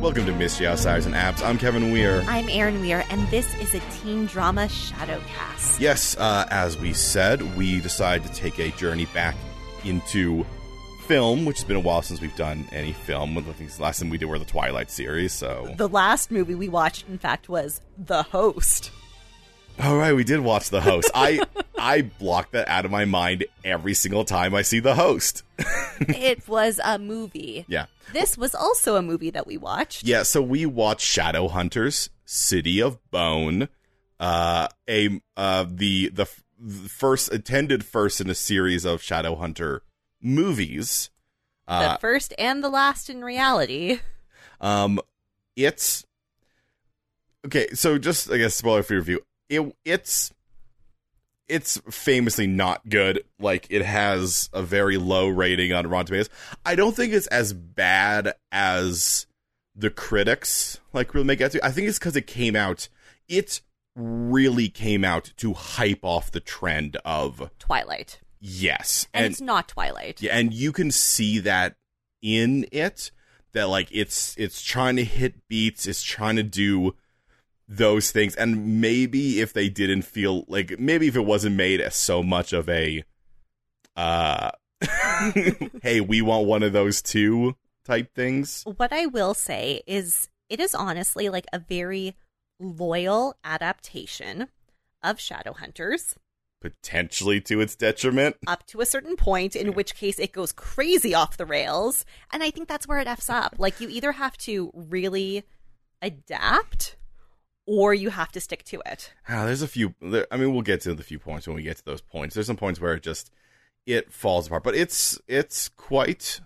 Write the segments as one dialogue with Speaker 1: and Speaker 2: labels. Speaker 1: Welcome to Mystery Outsiders and Apps. I'm Kevin Weir.
Speaker 2: I'm Aaron Weir, and this is a teen drama shadowcast.
Speaker 1: Yes, uh, as we said, we decided to take a journey back into film, which has been a while since we've done any film. One of the things, the last thing we did were the Twilight series. So,
Speaker 2: The last movie we watched, in fact, was The Host.
Speaker 1: all right, we did watch The Host. I I block that out of my mind every single time I see The Host.
Speaker 2: it was a movie.
Speaker 1: Yeah,
Speaker 2: This was also a movie that we watched.
Speaker 1: yeah. So we watched Shadow Hunters, City of Bone, uh, a uh, the the, f- the first attended first in a series of Shadow Hunter movies.
Speaker 2: the first and the last in reality.
Speaker 1: Um, it's okay. So just I guess spoiler free review. It it's it's famously not good. Like it has a very low rating on Rotten Tomatoes. I don't think it's as bad as the critics like really make it out to. I think it's because it came out. It really came out to hype off the trend of
Speaker 2: Twilight.
Speaker 1: yes,
Speaker 2: And, it's not Twilight.
Speaker 1: yeah, and you can see that in it that like it's it's trying to hit beats, it's trying to do those things, and maybe if they didn't feel like maybe if it wasn't made as so much of a uh hey, we want one of those too type things.
Speaker 2: What I will say is it is honestly like a very loyal adaptation of Shadowhunters
Speaker 1: Potentially to its detriment.
Speaker 2: up to a certain point, in which case it goes crazy off the rails. And I think that's where it F's up. Like you either have to really adapt or you have to stick to it.
Speaker 1: Ah, there's a few. There, I mean, we'll get to the few points when we get to those points. There's some points where it just it falls apart, but it's it's quite.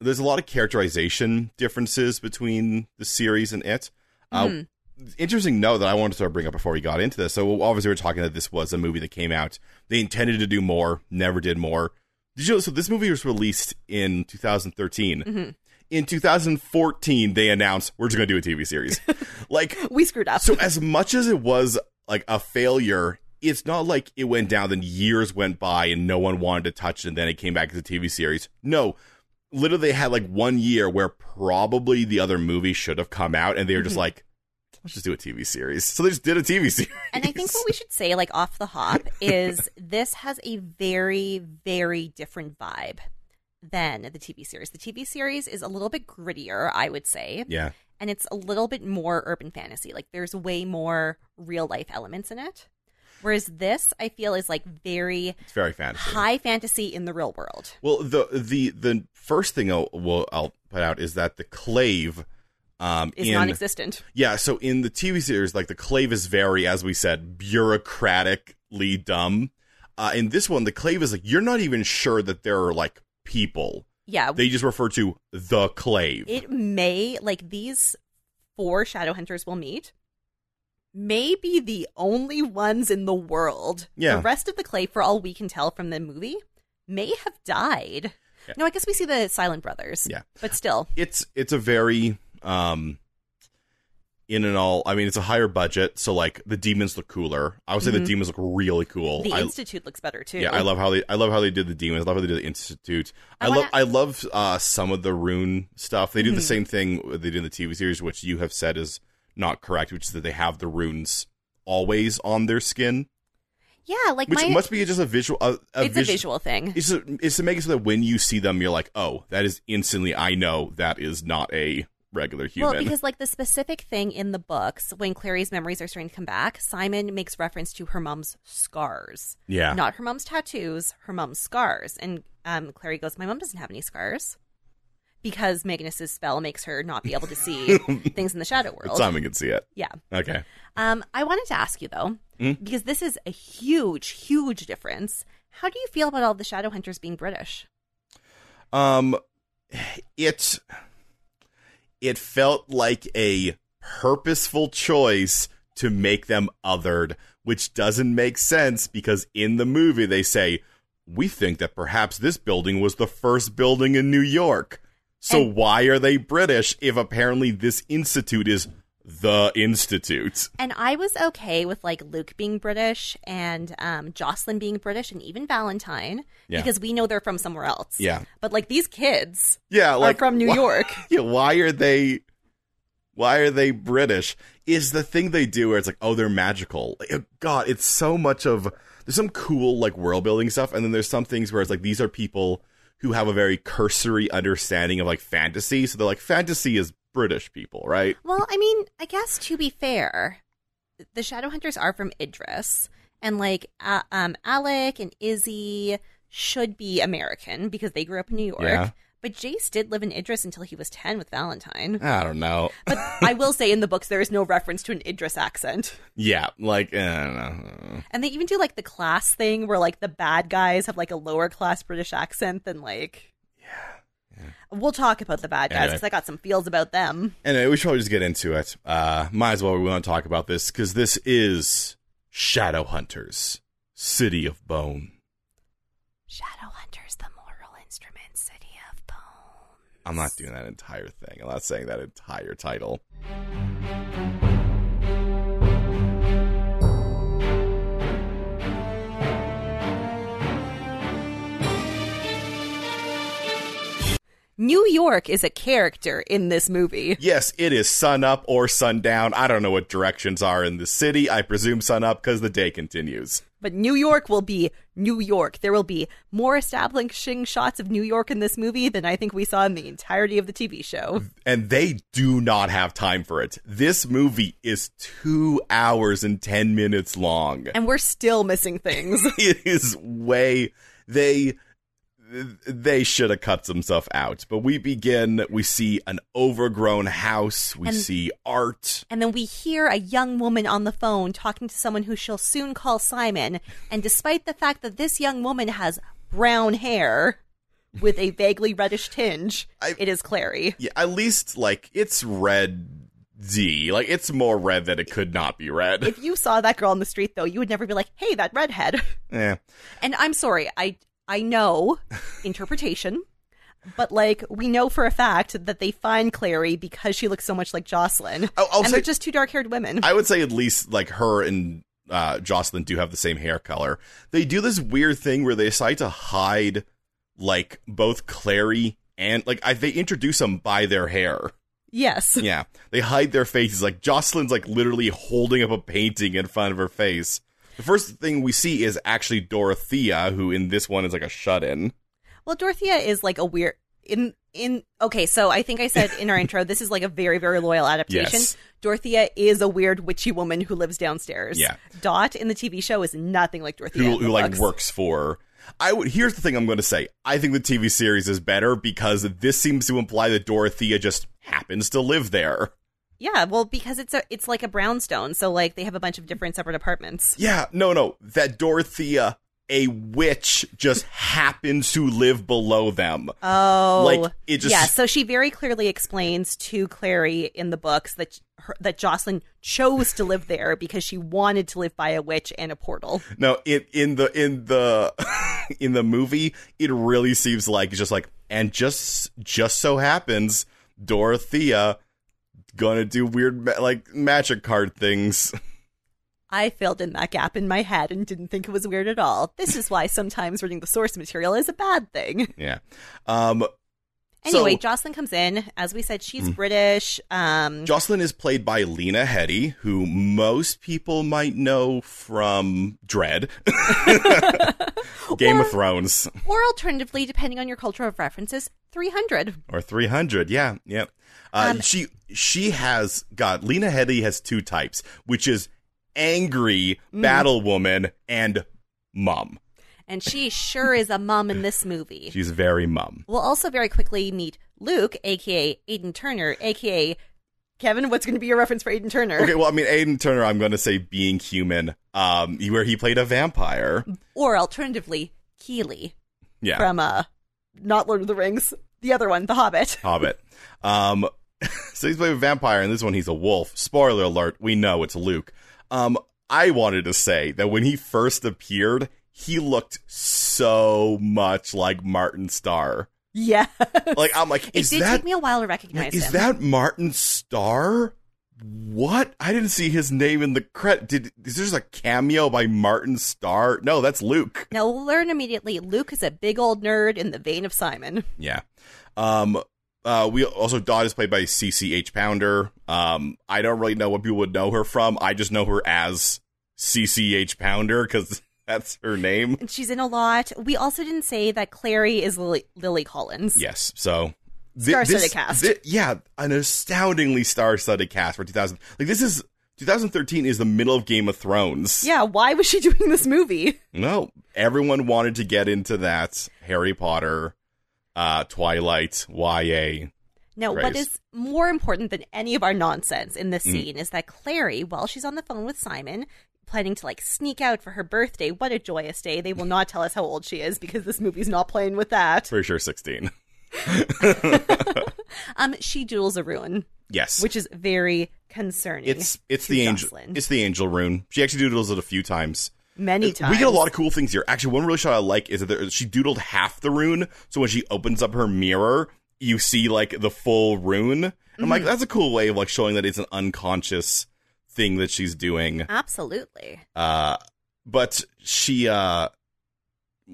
Speaker 1: There's a lot of characterization differences between the series and it.
Speaker 2: Mhm.
Speaker 1: Uh, interesting note that I wanted to sort of bring up before we got into this. So obviously, we're talking that this was a movie that came out. They intended to do more, never did more. Did you? know- So this movie was released in 2013. In 2014, they announced we're just going to do a TV series. like
Speaker 2: We screwed up.
Speaker 1: so as much as it was like a failure, it's not like it went down, then years went by and no one wanted to touch it, and then it came back as a TV series. No. Literally they had like one year where probably the other movie should have come out, and they were
Speaker 2: Mm-hmm.
Speaker 1: just like, let's just do a TV series. So they just did a TV series.
Speaker 2: and I think what we should say, like off the hop, is this has a very, very different vibe than the TV series. The TV series is a little bit grittier, I would say,
Speaker 1: Yeah.
Speaker 2: and it's a little bit more urban fantasy. Like there's way more real life elements in it. Whereas this, I feel, is like very
Speaker 1: It's very fantasy.
Speaker 2: high fantasy in the real world.
Speaker 1: Well, the the the first thing I'll, well, I'll put out is that the clave um,
Speaker 2: Is
Speaker 1: in
Speaker 2: non existent.
Speaker 1: Yeah, so in the TV series, like the clave is very, as we said, bureaucratically dumb. Uh, in this one, the clave is like you're not even sure that there are like people.
Speaker 2: Yeah.
Speaker 1: They just refer to the clave.
Speaker 2: it may like these four shadow hunters will meet may be the only ones in the world
Speaker 1: Yeah.
Speaker 2: the rest of the clay for all we can tell from the movie may have died
Speaker 1: Yeah.
Speaker 2: no i guess we see the silent brothers
Speaker 1: Yeah.
Speaker 2: but still
Speaker 1: it's it's a very um in and all. I mean, it's a higher budget, so like the demons look cooler. I would say the demons look really cool.
Speaker 2: the
Speaker 1: I,
Speaker 2: institute looks better too
Speaker 1: Yeah, I love how they I love how they did the demons. I love how they did the institute. I,
Speaker 2: I wanna-
Speaker 1: love
Speaker 2: Mm-hmm.
Speaker 1: I love uh, some of the rune stuff. They do the same thing they do in the TV series, which you have said is not correct, which is that they have the runes always on their skin,
Speaker 2: yeah like
Speaker 1: which
Speaker 2: my
Speaker 1: must be just a visual. A, a
Speaker 2: it's
Speaker 1: visu-
Speaker 2: a visual thing
Speaker 1: It's, to- it's to make it so that when you see them, you're like, oh, that is instantly. I know that is not a regular human.
Speaker 2: Well, because like the specific thing in the books, when Clary's memories are starting to come back, Simon makes reference to her mom's scars.
Speaker 1: yeah,
Speaker 2: Not her mom's tattoos, her mom's scars. And um, Clary goes, My mom doesn't have any scars because Magnus's spell makes her not be able to see things in the shadow world.
Speaker 1: Simon can see it.
Speaker 2: yeah.
Speaker 1: Okay,
Speaker 2: Um, I wanted to ask you though,
Speaker 1: Hmm?
Speaker 2: because this is a huge, huge difference. How do you feel about all the shadow hunters being British?
Speaker 1: Um, it it felt like a purposeful choice to make them othered, which doesn't make sense because in the movie they say we think that perhaps this building was the first building in New York. So
Speaker 2: And-
Speaker 1: why are they British if apparently this institute is the institute?
Speaker 2: And I was okay with like Luke being British and um, Jocelyn being British and even Valentine
Speaker 1: Yeah.
Speaker 2: because we know they're from somewhere else.
Speaker 1: Yeah.
Speaker 2: But like these kids
Speaker 1: Yeah, like
Speaker 2: are from New
Speaker 1: why-
Speaker 2: York.
Speaker 1: Yeah, why are they Why are they British? Is the thing they do where it's like, oh, they're magical. Like, oh, God, it's so much of there's some cool like world building stuff, and then there's some things where it's like these are people who have a very cursory understanding of like fantasy, so they're like fantasy is British people, right?
Speaker 2: Well, I mean, I guess to be fair, the Shadowhunters are from Idris, and like uh, um, Alec and Izzy should be American because they grew up in New York.
Speaker 1: Yeah.
Speaker 2: But Jace did live in Idris until he was ten with Valentine.
Speaker 1: I don't know.
Speaker 2: But I will say in the books there is no reference to an Idris accent.
Speaker 1: Yeah, like eh, I don't know.
Speaker 2: And they even do like the class thing where like the bad guys have like a lower class British accent than like Yeah. We'll talk about the bad guys
Speaker 1: Anyway.
Speaker 2: because I got some feels about them.
Speaker 1: Anyway, we should probably just get into it. Uh, might as well we want to talk about this because this is Shadow Hunters, City of Bone.
Speaker 2: Shadowhunters, the moral instrument, city of bone.
Speaker 1: I'm not doing that entire thing. I'm not saying that entire title.
Speaker 2: New York is a character in this movie.
Speaker 1: Yes, it is sun up or sundown. I don't know what directions are in the city. I presume sun up because the day continues.
Speaker 2: But New York will be New York. There will be more establishing shots of New York in this movie than I think we saw in the entirety of the TV show.
Speaker 1: And they do not have time for it. This movie is two hours and 10 minutes long.
Speaker 2: And we're still missing things.
Speaker 1: it is way they they should have cut some stuff out but we begin we see an overgrown house we
Speaker 2: And-
Speaker 1: see art
Speaker 2: And then we hear a young woman on the phone talking to someone who she'll soon call Simon. And despite the fact that this young woman has brown hair with a vaguely reddish tinge,
Speaker 1: I-
Speaker 2: it is Clary.
Speaker 1: yeah, at least like it's red d like it's more red than it could not be red
Speaker 2: If you saw that girl on the street, though, you would never be like, hey, that redhead.
Speaker 1: yeah
Speaker 2: And I'm sorry, I I know interpretation, but like we know for a fact that they find Clary because she looks so much like Jocelyn.
Speaker 1: I'll- I'll
Speaker 2: and
Speaker 1: say-
Speaker 2: they're just two dark-haired women.
Speaker 1: i would say at least like her and uh, jocelyn do have the same hair color they do this weird thing where they decide to hide like both clary and like I, they introduce them by their hair
Speaker 2: yes.
Speaker 1: yeah they hide their faces like jocelyn's like literally holding up a painting in front of her face the first thing we see is actually dorothea who in this one is like a shut-in
Speaker 2: Well, Dorothea is like a weird in in okay, so I think I said in our intro this is like a very very loyal adaptation.
Speaker 1: Yes.
Speaker 2: Dorothea is a weird witchy woman who lives downstairs.
Speaker 1: Yeah.
Speaker 2: Dot in the TV show is nothing like Dorothea.
Speaker 1: who,
Speaker 2: in the
Speaker 1: who like
Speaker 2: books.
Speaker 1: works for i would here's the thing i'm going to say i think the tv series is better because this seems to imply that dorothea just happens to live there
Speaker 2: Yeah, well because it's a it's like a brownstone, so like they have a bunch of different separate apartments.
Speaker 1: yeah no no that dorothea a witch just happens to live below them
Speaker 2: Oh,
Speaker 1: Like, it just-
Speaker 2: yeah. So she very clearly explains to Clary in the books that her, that Jocelyn chose to live there because she wanted to live by a witch and a portal.
Speaker 1: No, in in the in the in the movie, it really seems like it's just like and just just so happens Dorothea gonna do weird ma- like magic card things.
Speaker 2: I filled in that gap in my head and didn't think it was weird at all. This is why sometimes reading the source material is a bad thing.
Speaker 1: Yeah. Um
Speaker 2: Anyway,
Speaker 1: So- Mm.
Speaker 2: Jocelyn comes in. As we said, she's British. Um,
Speaker 1: Jocelyn is played by Lena Headey, who most people might know from Dread. Game of Thrones
Speaker 2: or alternatively, depending on your culture of references, 300.
Speaker 1: or 300. Yeah, yeah. Uh,
Speaker 2: Um,
Speaker 1: she she has God. Lena Headey has two types, which is angry
Speaker 2: Mm.
Speaker 1: battle woman and mum.
Speaker 2: And she sure is a mom in this movie.
Speaker 1: She's very mum.
Speaker 2: We'll also very quickly meet Luke, aka Aiden Turner, aka Kevin. What's going to be your reference for Aiden Turner?
Speaker 1: Okay, well, I mean, Aiden Turner. I'm going to say being human, um, where he played a vampire.
Speaker 2: Or alternatively, Keeley
Speaker 1: Yeah,
Speaker 2: from uh, not Lord of the Rings, the other one, The Hobbit.
Speaker 1: Hobbit. Um, so he's played a vampire, and this one he's a wolf. Spoiler alert: we know it's Luke. Um, I wanted to say that when he first appeared, he looked so much like Martin Starr.
Speaker 2: Yeah,
Speaker 1: Like I'm like,
Speaker 2: it
Speaker 1: is
Speaker 2: did
Speaker 1: that
Speaker 2: take me a while to recognize
Speaker 1: like, is
Speaker 2: him.
Speaker 1: that Martin Starr? What? I didn't see his name in the credit. Did is there just a cameo by Martin Starr? No, that's Luke.
Speaker 2: now we'll learn immediately. Luke is a big old nerd in the vein of Simon.
Speaker 1: Yeah. Um. Uh, we also Dot is played by CCH Pounder. Um, I don't really know what people would know her from. I just know her as CCH Pounder because that's her name.
Speaker 2: And she's in a lot. We also didn't say that Clary is Lily, Lily Collins.
Speaker 1: Yes. So thi-
Speaker 2: Star-studded cast.
Speaker 1: thi- yeah, an astoundingly star-studded cast for 2000. Like this is 2013 is the middle of Game of Thrones.
Speaker 2: Yeah, why was she doing this movie?
Speaker 1: No, everyone wanted to get into that Harry Potter, uh, Twilight, YA.
Speaker 2: No, what
Speaker 1: Grace. Mm.
Speaker 2: is more important than any of our nonsense in this scene is that Clary, while she's on the phone with Simon, planning to like sneak out for her birthday, what a joyous day. They will not tell us how old she is because this movie's not playing with that.
Speaker 1: Pretty sure 16.
Speaker 2: Um, she duels a ruin,
Speaker 1: Yes,
Speaker 2: which is very concerning.
Speaker 1: it's it's
Speaker 2: to
Speaker 1: the angel
Speaker 2: Jocelyn.
Speaker 1: it's the angel rune. She actually doodles it a few times.
Speaker 2: many times.
Speaker 1: We get a lot of cool things here. Actually, one really shot I like is that there, she doodled half the rune. So when she opens up her mirror, you see like the full rune. I'm
Speaker 2: Mm-hmm.
Speaker 1: like, that's a cool way of like showing that it's an unconscious thing that she's doing.
Speaker 2: Absolutely.
Speaker 1: Uh, but she, uh,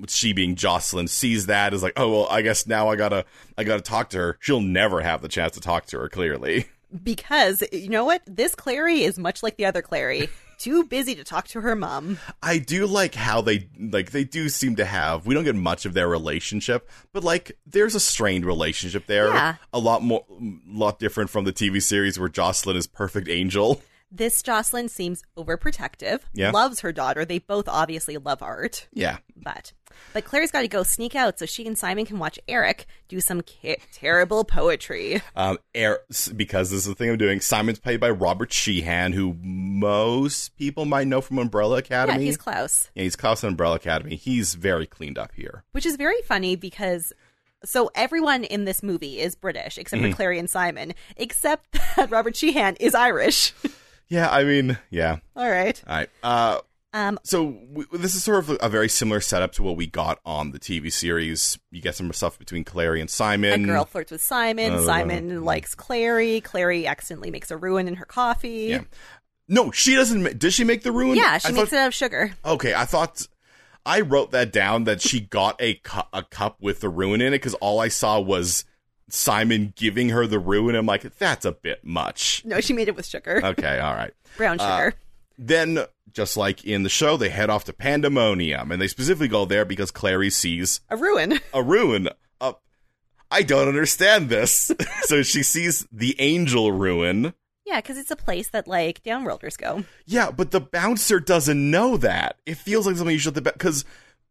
Speaker 1: she being Jocelyn sees that as like, oh well, I guess now I gotta, I gotta talk to her. She'll never have the chance to talk to her. Clearly,
Speaker 2: Because you know what? This Clary is much like the other Clary. Too busy to talk to her mom.
Speaker 1: I do like how they like they do seem to have. We don't get much of their relationship, but like there's a strained relationship there.
Speaker 2: Yeah.
Speaker 1: A lot more, mm, lot different from the TV series where Jocelyn is perfect angel.
Speaker 2: This Jocelyn seems overprotective.
Speaker 1: Yeah.
Speaker 2: Loves her daughter. They both obviously love art.
Speaker 1: Yeah,
Speaker 2: But but Claire's got to go sneak out so she and Simon can watch Eric do some ca- terrible poetry.
Speaker 1: um, Eric, because this is the thing I'm doing. Simon's played by Robert Sheehan, who most people might know from Umbrella
Speaker 2: Yeah,
Speaker 1: Academy.
Speaker 2: he's Klaus,
Speaker 1: Yeah, he's Klaus in Umbrella Academy. He's very cleaned up here.
Speaker 2: which is very funny because so everyone in this movie is British except
Speaker 1: Mm.
Speaker 2: for Clary and Simon, except that Robert Sheehan is Irish.
Speaker 1: Yeah, I mean, yeah.
Speaker 2: All right.
Speaker 1: All right. Uh,
Speaker 2: Um,
Speaker 1: so w this is sort of a very similar setup to what we got on the TV series. You get some stuff between Clary and
Speaker 2: a
Speaker 1: Simon.
Speaker 2: girl flirts with Simon.
Speaker 1: Uh,
Speaker 2: Simon likes Clary. Clary accidentally makes a ruin in her coffee.
Speaker 1: Yeah. No, she doesn't. ma- Did she make the ruin?
Speaker 2: Yeah, she
Speaker 1: I
Speaker 2: makes
Speaker 1: thought,
Speaker 2: it out of sugar.
Speaker 1: Okay, I thought I wrote that down that she got a cu- a cup with the ruin in it because all I saw was Simon giving her the ruin. I'm like, that's a bit much.
Speaker 2: No, she made it with sugar,
Speaker 1: Okay, all right.
Speaker 2: brown sugar.
Speaker 1: uh, Then, just like in the show, they head off to Pandemonium, and they specifically go there because Clary sees
Speaker 2: a ruin.
Speaker 1: a ruin up. I don't understand this. so she sees the angel ruin.
Speaker 2: yeah, because it's a place that like downworlders go.
Speaker 1: Yeah, but the bouncer doesn't know that. It feels like something you should the because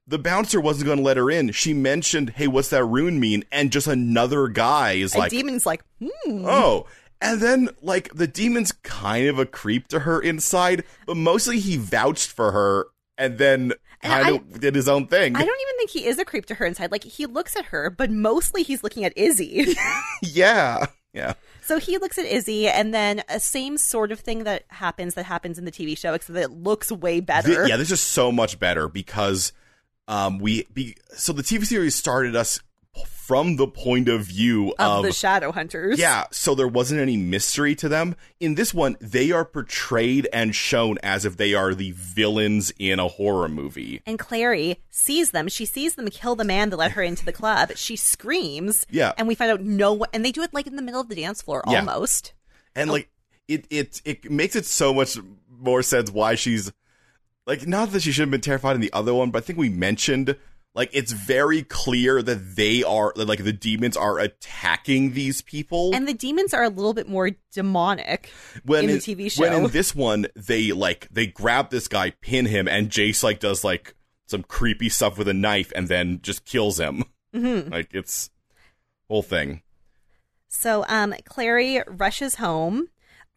Speaker 1: the bouncer wasn't going to let her in. She mentioned, "Hey, what's that rune mean?" And just another guy is
Speaker 2: A
Speaker 1: like,
Speaker 2: demon's like, hmm.
Speaker 1: "Oh." And then, like, the demon's kind of a creep to her inside, but mostly he vouched for her and then
Speaker 2: And
Speaker 1: kind
Speaker 2: I-
Speaker 1: of did his own thing.
Speaker 2: I don't even think he is a creep to her inside. Like he looks at her, but mostly he's looking at Izzy.
Speaker 1: yeah. Yeah.
Speaker 2: so he looks at Izzy, and then a same sort of thing that happens that happens in the TV show, except that it looks way
Speaker 1: Thi-
Speaker 2: better.
Speaker 1: yeah, this is so much better because um, we be, so the TV series started us from the point of view
Speaker 2: of
Speaker 1: of,
Speaker 2: the shadow hunters.
Speaker 1: yeah, so there wasn't any mystery to them. In this one, they are portrayed and shown as if they are the villains in a horror movie.
Speaker 2: And Clary sees them. She sees them kill the man that let her into the club. She screams.
Speaker 1: Yeah.
Speaker 2: And we find out no one. And they do it like in the middle of the dance floor
Speaker 1: Yeah.
Speaker 2: almost. Oh.
Speaker 1: And like it it it makes it so much more sense why she's like not that she should have been terrified in the other one, but I think we mentioned like it's very clear that they are that, like the demons are attacking these people.
Speaker 2: And the demons are a little bit more demonic.
Speaker 1: when
Speaker 2: in the
Speaker 1: it-
Speaker 2: TV
Speaker 1: When in
Speaker 2: show.
Speaker 1: this one, they like they grab this guy, pin him, and Jace like does like some creepy stuff with a knife, and then just kills him.
Speaker 2: Mm-hmm.
Speaker 1: Like it's whole thing.
Speaker 2: So um, Clary rushes home.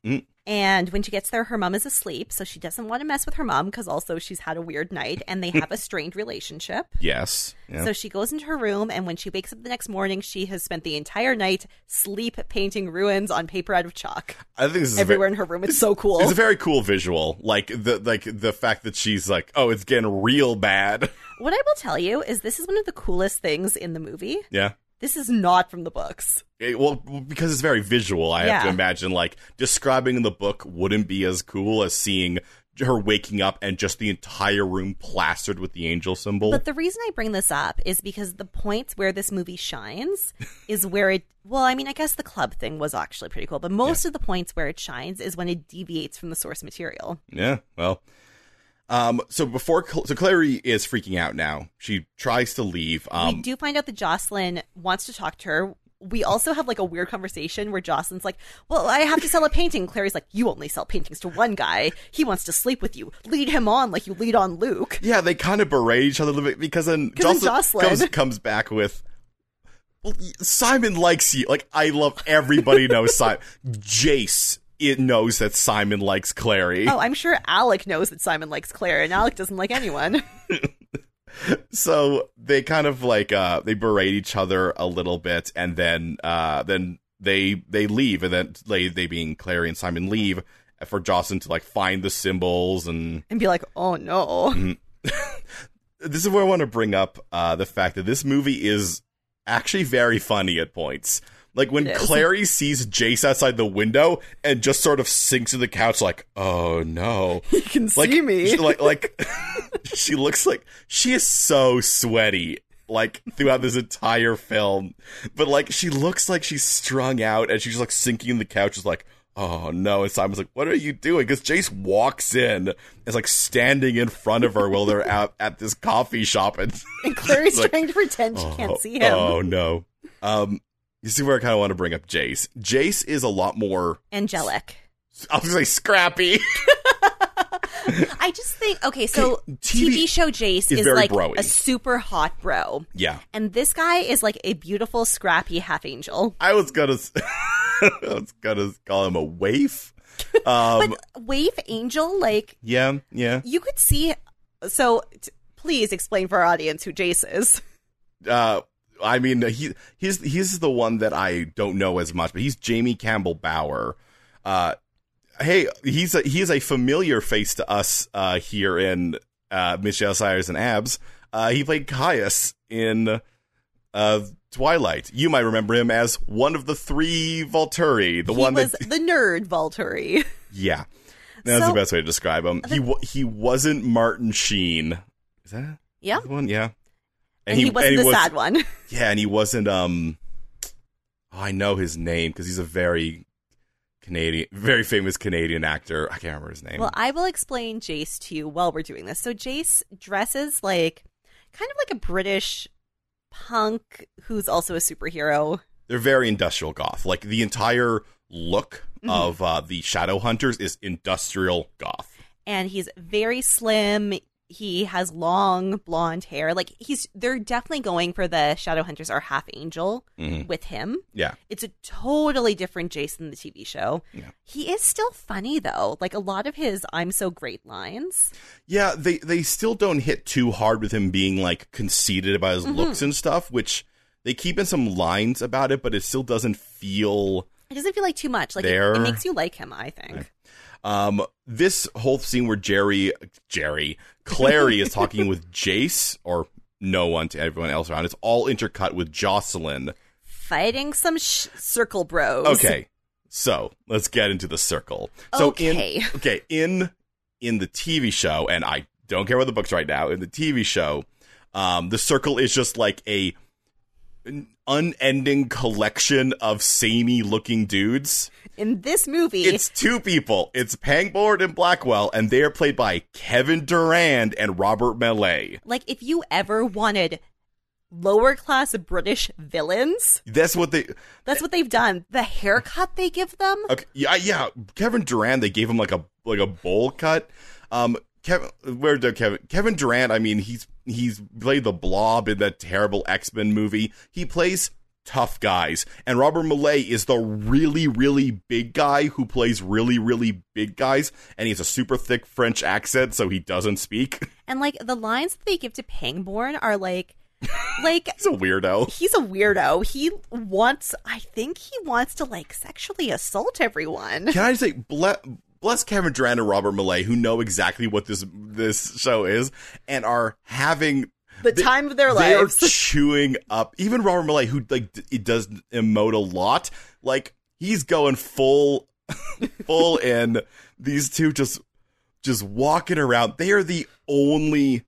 Speaker 1: Mm.
Speaker 2: And when she gets there, her mom is asleep. So she doesn't want to mess with her mom because also she's had a weird night and they have a strained relationship.
Speaker 1: Yes. Hmm. Yeah.
Speaker 2: So she goes into her room. And when she wakes up the next morning, she has spent the entire night sleep painting ruins on paper out of chalk
Speaker 1: I think this is a ve-
Speaker 2: everywhere in her room. It's so cool.
Speaker 1: It's a very cool visual, like the like the fact that she's like, oh, it's getting real bad.
Speaker 2: What I will tell you is this is one of the coolest things in the movie.
Speaker 1: yeah.
Speaker 2: This is not from the books.
Speaker 1: It- well, because it's very visual, I have to
Speaker 2: Yeah.
Speaker 1: imagine like describing in the book wouldn't be as cool as seeing her waking up and just the entire room plastered with the angel symbol.
Speaker 2: But the reason I bring this up is because the points where this movie shines is where it. Well, I mean, I guess the club thing was actually pretty cool, but most of the points where it shines is when it deviates from the source material.
Speaker 1: yeah, well. Um, so before, Cl- so Clary is freaking out now. She tries to leave. Um,
Speaker 2: we do find out that Jocelyn wants to talk to her. We also have like a weird conversation where Jocelyn's like, "Well, I have to sell a painting." Clary's like, "You only sell paintings to one guy. He wants to sleep with you. Lead him on like you lead on Luke."
Speaker 1: Yeah, they kind of berate each other a little bit because then
Speaker 2: 'Cause then
Speaker 1: Jocelyn,
Speaker 2: Jocelyn-
Speaker 1: Comes, comes back with. Well, Simon likes you. Like I love everybody knows Simon. Jace it knows that Simon likes Clary.
Speaker 2: Oh, I'm sure Alec knows that Simon likes Claire, and Alec doesn't like anyone.
Speaker 1: So they kind of like uh they berate each other a little bit and then uh then they they leave and then they they being Clary and Simon leave for Jocelyn to like find the symbols and
Speaker 2: and be like, "Oh no."
Speaker 1: Mm. this is where I want to bring up uh, the fact that this movie is actually very funny at points. Like when
Speaker 2: It is.
Speaker 1: Clary sees Jace outside the window and just sort of sinks to the couch, like, "Oh no!"
Speaker 2: You can
Speaker 1: Like,
Speaker 2: see me.
Speaker 1: she- like, like she looks like she is so sweaty. Like throughout this entire film, but like she looks like she's strung out and she's like sinking in the couch, is like, "Oh no!" And Simon's like, "What are you doing?" Because Jace walks in, and is like standing in front of her while they're out at this coffee shop, and
Speaker 2: and Clary's
Speaker 1: like,
Speaker 2: trying to pretend she
Speaker 1: Oh,
Speaker 2: can't see him.
Speaker 1: Oh no. Um you see where I kind of want to bring up Jace. Jace is a lot more
Speaker 2: Angelic.
Speaker 1: I was gonna say scrappy.
Speaker 2: I just think okay, so
Speaker 1: TV
Speaker 2: TV, show Jace
Speaker 1: is
Speaker 2: is,
Speaker 1: very
Speaker 2: like
Speaker 1: bro-y.
Speaker 2: a super hot bro,
Speaker 1: yeah.
Speaker 2: and this guy is like a beautiful, scrappy half angel.
Speaker 1: I was gonna s- I was gonna call him a waif. Um
Speaker 2: but wave angel, like
Speaker 1: yeah, yeah.
Speaker 2: you could see. So t- please explain for our audience who Jace is.
Speaker 1: Uh I mean he he's he's the one that I don't know as much, but he's Jamie Campbell Bauer. Uh hey, he's a he is a familiar face to us uh here in uh Michelle Cyrus and Abs. Uh he played Caius in uh Twilight. You might remember him as one of the three Volturi, the
Speaker 2: he
Speaker 1: one
Speaker 2: was
Speaker 1: that
Speaker 2: the nerd Volturi.
Speaker 1: yeah. That's
Speaker 2: So-
Speaker 1: the best way to describe him. He wa- he wasn't Martin Sheen. Is that
Speaker 2: Yeah,
Speaker 1: the one? Yeah.
Speaker 2: and, he, wasn't the
Speaker 1: was-
Speaker 2: sad one.
Speaker 1: yeah, and he wasn't. Um, oh, I know his name because he's a very Canadian, very famous Canadian actor. I can't remember his name.
Speaker 2: Well, I will explain Jace to you while we're doing this. So Jace dresses like kind of like a British punk who's also a superhero.
Speaker 1: They're very industrial goth. Like the entire look
Speaker 2: Mm-hmm.
Speaker 1: of uh, the Shadow Hunters is industrial goth.
Speaker 2: and he's very slim. He has long blonde hair. Like he's they're definitely going for the Shadowhunters are half angel
Speaker 1: Mhm.
Speaker 2: with him.
Speaker 1: Yeah,
Speaker 2: It's a totally different Jason the TV show.
Speaker 1: Yeah.
Speaker 2: He is still funny though. Like a lot of his I'm so great lines.
Speaker 1: yeah. They they still don't hit too hard with him being like conceited about his looks and stuff, which they keep in some lines about it, but it still doesn't feel.
Speaker 2: It doesn't feel like too much. Like it-
Speaker 1: There-
Speaker 2: it, makes you like him, I think.
Speaker 1: Um, this whole scene where Jerry, Jerry, Clary is talking with Jace or no one to everyone else around. It's all intercut with Jocelyn.
Speaker 2: Fighting some sh- circle bros.
Speaker 1: Okay, so let's get into the circle. So
Speaker 2: Okay.
Speaker 1: in okay in in the TV show, and I don't care about the books right now. In the TV show, um, the circle is just like a an unending collection of samey looking dudes.
Speaker 2: In this movie,
Speaker 1: It's two people. It's Pangborn and Blackwell, and they are played by Kevin Durand and Robert Mellet.
Speaker 2: like if you ever wanted lower class British villains,
Speaker 1: That's what they.
Speaker 2: That's what they've done. The haircut they give them.
Speaker 1: Okay, yeah, yeah. Kevin Durand. They gave him like a like a bowl cut. Um, Kevin, where did Kevin? Kevin Durand. I mean, he's he's played the Blob in that terrible X Men movie. He plays tough guys, and Robert Millet is the really really big guy who plays really really big guys, and he has a super thick French accent, so he doesn't speak.
Speaker 2: And like the lines that they give to Pangborn are like like
Speaker 1: He's a weirdo.
Speaker 2: he's a weirdo. He wants I think he wants to like sexually assault everyone.
Speaker 1: Can I say ble- bless Kevin Durant and Robert Millay, who know exactly what this this show is and are having
Speaker 2: The time of their
Speaker 1: they are
Speaker 2: lives.
Speaker 1: chewing up. Even Robert Millay, who like d- it does emote a lot, like he's going full full in. These two just just walking around. They are the only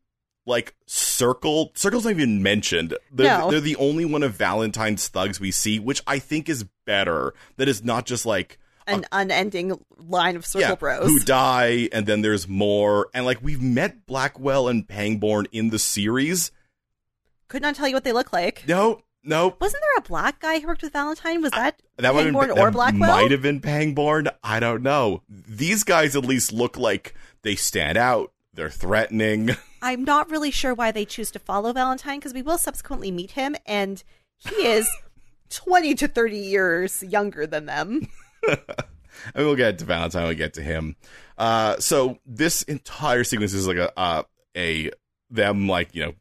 Speaker 1: like circle circle's not even mentioned. They're,
Speaker 2: No.
Speaker 1: they're the only one of Valentine's thugs we see, which I think is better. That is not just like
Speaker 2: An unending line of circle
Speaker 1: yeah,
Speaker 2: bros.
Speaker 1: who die and then there's more and like we've met Blackwell and Pangborn in the series.
Speaker 2: Could not tell you what they look like.
Speaker 1: No, no,
Speaker 2: Wasn't there a black guy who worked with Valentine? Was that
Speaker 1: that would have
Speaker 2: Pangborn
Speaker 1: been,
Speaker 2: or
Speaker 1: that
Speaker 2: Blackwell?
Speaker 1: might have been Pangborn. I don't know. These guys at least look like they stand out. They're threatening.
Speaker 2: I'm not really sure why they choose to follow Valentine because we will subsequently meet him, and he is 20 to 30 years younger than them.
Speaker 1: I mean, we'll get to Valentine. We'll get to him. Uh, so this entire sequence is like a uh, a them like you know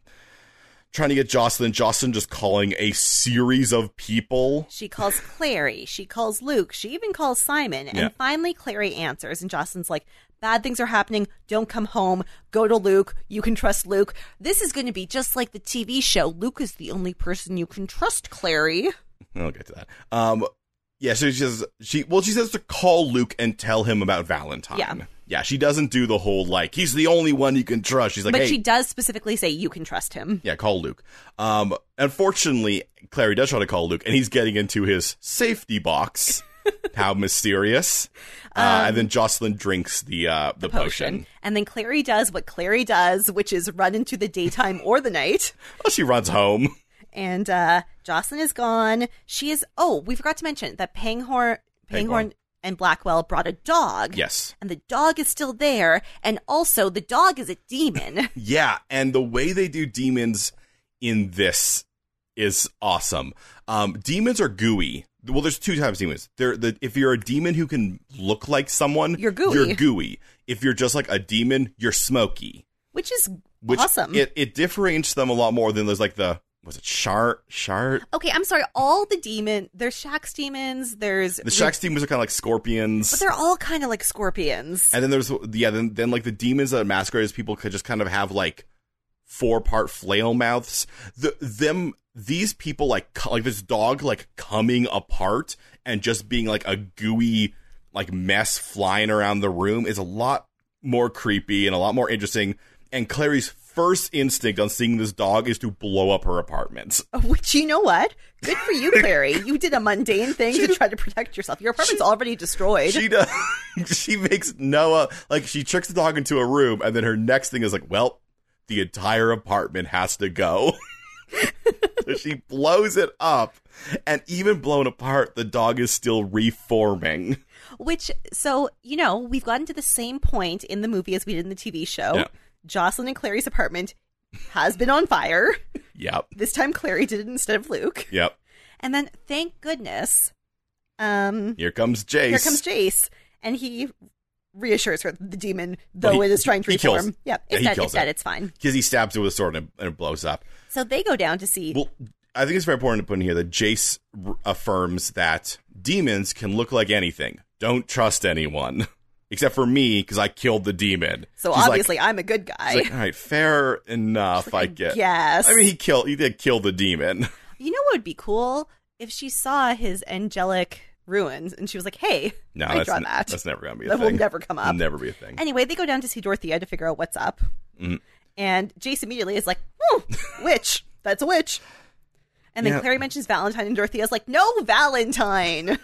Speaker 1: trying to get Jocelyn. Jocelyn just calling a series of people.
Speaker 2: She calls Clary, she calls Luke, she even calls Simon, and
Speaker 1: Yeah.
Speaker 2: finally Clary answers, and Jocelyn's like, Bad things are happening. Don't come home. Go to Luke. You can trust Luke. This is going to be just like the TV show. Luke is the only person you can trust, Clary.
Speaker 1: We'll get to that. Um, yeah. So she says she well she says to call Luke and tell him about Valentine.
Speaker 2: Yeah.
Speaker 1: Yeah. She doesn't do the whole like he's the only one you can trust. She's like,
Speaker 2: but
Speaker 1: hey,
Speaker 2: she does specifically say, You can trust him.
Speaker 1: Yeah, call Luke. Um, unfortunately, Clary does try to call Luke, and he's getting into his safety box. How mysterious! uh,
Speaker 2: Um,
Speaker 1: and then Jocelyn drinks the uh, the, potion.
Speaker 2: And then Clary does what Clary does, which is run into the daytime or the night.
Speaker 1: Well, Oh, she runs home.
Speaker 2: And uh, Jocelyn is gone. She is. Oh, we forgot to mention that Panghorn, Panghorn
Speaker 1: Panghorn.
Speaker 2: and Blackwell brought a dog.
Speaker 1: Yes,
Speaker 2: And the dog is still there. And also, the dog is a demon.
Speaker 1: yeah, and the way they do demons in this is awesome. Um, demons are gooey. Well, there's two types of demons. There, the, if you're a demon who can look like someone,
Speaker 2: You're gooey.
Speaker 1: You're gooey. If you're just like a demon, you're smoky.
Speaker 2: which is
Speaker 1: which
Speaker 2: awesome.
Speaker 1: It it differentiates them a lot more than there's like the was it Shart Shart.
Speaker 2: okay, I'm sorry. All the demon. There's Shax demons. There's.
Speaker 1: The Shax demons are kind of like
Speaker 2: But
Speaker 1: scorpions,
Speaker 2: they're all kind of like scorpions.
Speaker 1: and then there's yeah, then then like the demons that masquerade as people could just kind of have like four part flail mouths. The them these people like cu- like this dog like coming apart and just being like a gooey like mess flying around the room is a lot more creepy and a lot more interesting. And Clary's first instinct on seeing this dog is to blow up her apartment.
Speaker 2: Which you know what? Good for you, Clary. you did a mundane thing to try to protect yourself. Your apartment's already destroyed.
Speaker 1: she does. she makes Noah like she tricks the dog into a room, and then her next thing is like, well, the entire apartment has to go. so she blows it up, and even blown apart, the dog is still reforming.
Speaker 2: Which, so, you know, we've gotten to the same point in the movie as we did in the TV show.
Speaker 1: Yeah.
Speaker 2: Jocelyn and Clary's apartment has been on fire.
Speaker 1: Yep,
Speaker 2: This time Clary did it instead of Luke.
Speaker 1: yep.
Speaker 2: And then, thank goodness, um,
Speaker 1: Here comes Jace.
Speaker 2: here comes Jace. And he reassures her that the demon, though
Speaker 1: Well, he-
Speaker 2: it is trying to
Speaker 1: he kills-
Speaker 2: reform. Yeah,
Speaker 1: yeah,
Speaker 2: it's
Speaker 1: he
Speaker 2: dead.
Speaker 1: kills
Speaker 2: It's dead.
Speaker 1: it.
Speaker 2: It's fine.
Speaker 1: because he stabs it with a sword and it, and it blows up.
Speaker 2: So they go down to see.
Speaker 1: Well, I think it's very important to put in here that Jace r- affirms that demons can look like anything. Don't trust anyone except for me because I killed the demon.
Speaker 2: so
Speaker 1: She's like,
Speaker 2: obviously, I'm a good guy.
Speaker 1: It's like, all right, fair enough. I get.
Speaker 2: Yes.
Speaker 1: I mean, he killed. He did kill the demon.
Speaker 2: you know what would be cool if she saw his angelic ruins and she was like, "Hey,
Speaker 1: No,
Speaker 2: I
Speaker 1: that's
Speaker 2: draw
Speaker 1: n-
Speaker 2: that."
Speaker 1: That's never gonna be a
Speaker 2: That
Speaker 1: thing.
Speaker 2: will never come up.
Speaker 1: Never be a thing.
Speaker 2: Anyway, they go down to see Dorothea to figure out what's up.
Speaker 1: Mm-hmm.
Speaker 2: And Jace immediately is like, oh, witch. That's a witch. And then
Speaker 1: Yeah.
Speaker 2: Clary mentions Valentine, and Dorothea's like, no, Valentine.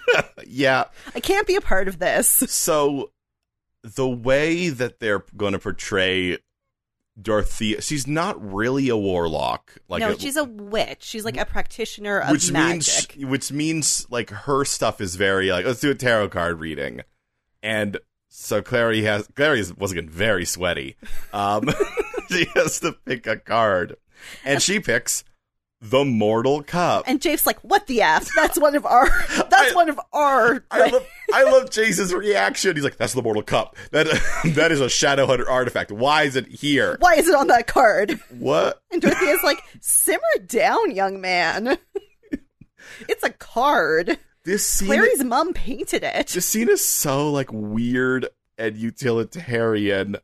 Speaker 1: yeah.
Speaker 2: I can't be a part of this.
Speaker 1: So the way that they're going to portray Dorothea, she's not really a warlock. Like
Speaker 2: no,
Speaker 1: a,
Speaker 2: she's a witch. She's like a practitioner of
Speaker 1: which
Speaker 2: magic.
Speaker 1: means which means like her stuff is very like let's do a tarot card reading, and so Clary has Clary is once again very sweaty. Um, she has to pick a card, and she picks the Mortal Cup.
Speaker 2: and Jace's like, what the F? That's one of our,
Speaker 1: I-
Speaker 2: that's one of our.
Speaker 1: I love I love Jace's reaction. He's like, "That's the Mortal Cup. That that is a Shadowhunter artifact. Why is it here?
Speaker 2: why is it on that card?
Speaker 1: What?
Speaker 2: And Dorothea's like, simmer down, young man. it's a card.
Speaker 1: This scene
Speaker 2: Clary's mom painted it.
Speaker 1: this scene is so like weird and utilitarian.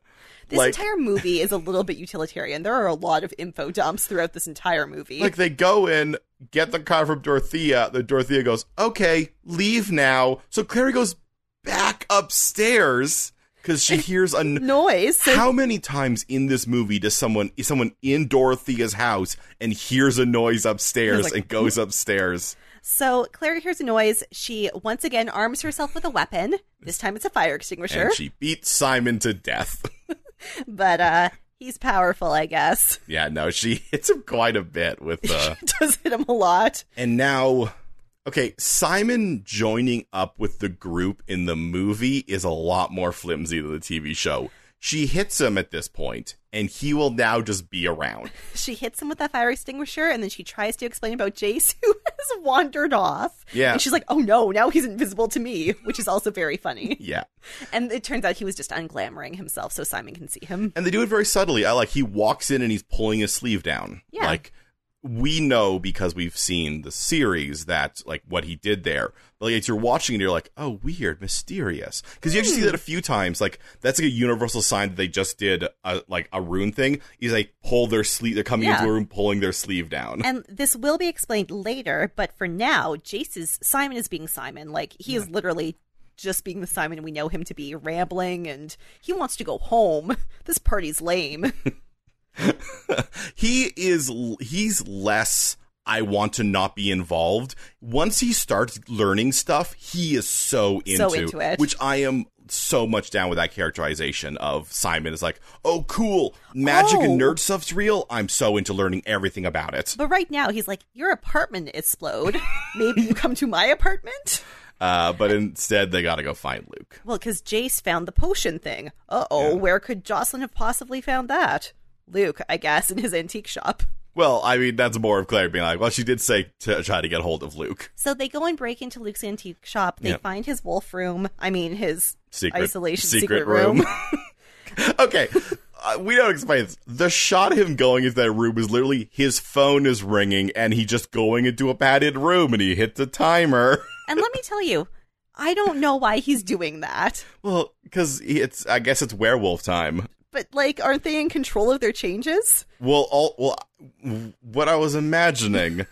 Speaker 2: This
Speaker 1: like,
Speaker 2: entire movie is a little bit utilitarian. There are a lot of info dumps throughout this entire movie.
Speaker 1: Like they go in, get the card from Dorothea. The Dorothea goes, "Okay, leave now." So Clary goes back upstairs because she hears a n-
Speaker 2: noise. So
Speaker 1: How many times in this movie does someone is someone in Dorothea's house and hears a noise upstairs
Speaker 2: Like-
Speaker 1: and goes upstairs?
Speaker 2: So Claire hears a noise. She once again arms herself with a weapon. This time it's a fire extinguisher,
Speaker 1: And she beats Simon to death.
Speaker 2: but uh, he's powerful, I guess.
Speaker 1: yeah, no, she hits him quite a bit with uh
Speaker 2: She does hit him a lot.
Speaker 1: and now okay, Simon joining up with the group in the movie is a lot more flimsy than the TV show. She hits him at this point, and he will now just be around.
Speaker 2: She hits him with that fire extinguisher, and then she tries to explain about Jace, who has wandered off.
Speaker 1: Yeah.
Speaker 2: and she's like, "Oh no, now he's invisible to me," which is also very funny.
Speaker 1: Yeah.
Speaker 2: And it turns out he was just unglamoring himself, so Simon can see him.
Speaker 1: And they do it very subtly. I like he walks in and he's pulling his sleeve down.
Speaker 2: Yeah.
Speaker 1: Like we know because we've seen the series that like what he did there. But like as you're watching it, you're like, oh, weird, mysterious. Because you
Speaker 2: Hmm.
Speaker 1: actually see that a few times. Like that's like a universal sign that they just did a, like a rune thing. Is they pull their sleeve. They're coming
Speaker 2: Yeah.
Speaker 1: into a room, pulling their sleeve down.
Speaker 2: And this will be explained later, but for now, Jace is Simon is being Simon. Like he is literally just being the Simon we know him to be, rambling, and he wants to go home. This party's lame.
Speaker 1: he is l- he's less I want to not be involved. Once he starts learning stuff, he is so into,
Speaker 2: So into it.
Speaker 1: which I am so much down with that characterization of Simon is like, "Oh cool, magic and
Speaker 2: Oh.
Speaker 1: nerd stuff's real. I'm so into learning everything about it."
Speaker 2: but right now, he's like, "Your apartment explode. Maybe you come to my apartment."
Speaker 1: Uh, but instead they got to go find Luke.
Speaker 2: Well, because Jace found the potion thing. Uh oh, where could Jocelyn have possibly found that? Luke, I guess, in his antique shop.
Speaker 1: Well, I mean, that's more of Claire being like, "Well, she did say to try to get hold of Luke."
Speaker 2: So they go and break into Luke's antique shop. They
Speaker 1: Yeah.
Speaker 2: find his wolf room. I mean, his
Speaker 1: Secret
Speaker 2: isolation
Speaker 1: secret room.
Speaker 2: room.
Speaker 1: okay. Uh, we don't explain this. The shot of him going into that room is literally his phone is ringing and he just going into a padded room and he hits a timer.
Speaker 2: and let me tell you, I don't know why he's doing that.
Speaker 1: Well, because it's I guess it's werewolf time.
Speaker 2: But like, aren't they in control of their changes?
Speaker 1: Well, all well, what I was imagining,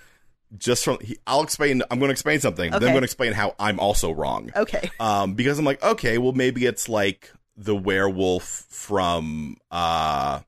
Speaker 1: just from he, I'll explain. I'm going to explain something. Then
Speaker 2: Okay.
Speaker 1: I'm going to explain how I'm also wrong.
Speaker 2: Okay.
Speaker 1: um, because I'm like, okay, well, maybe it's like the werewolf from uh, I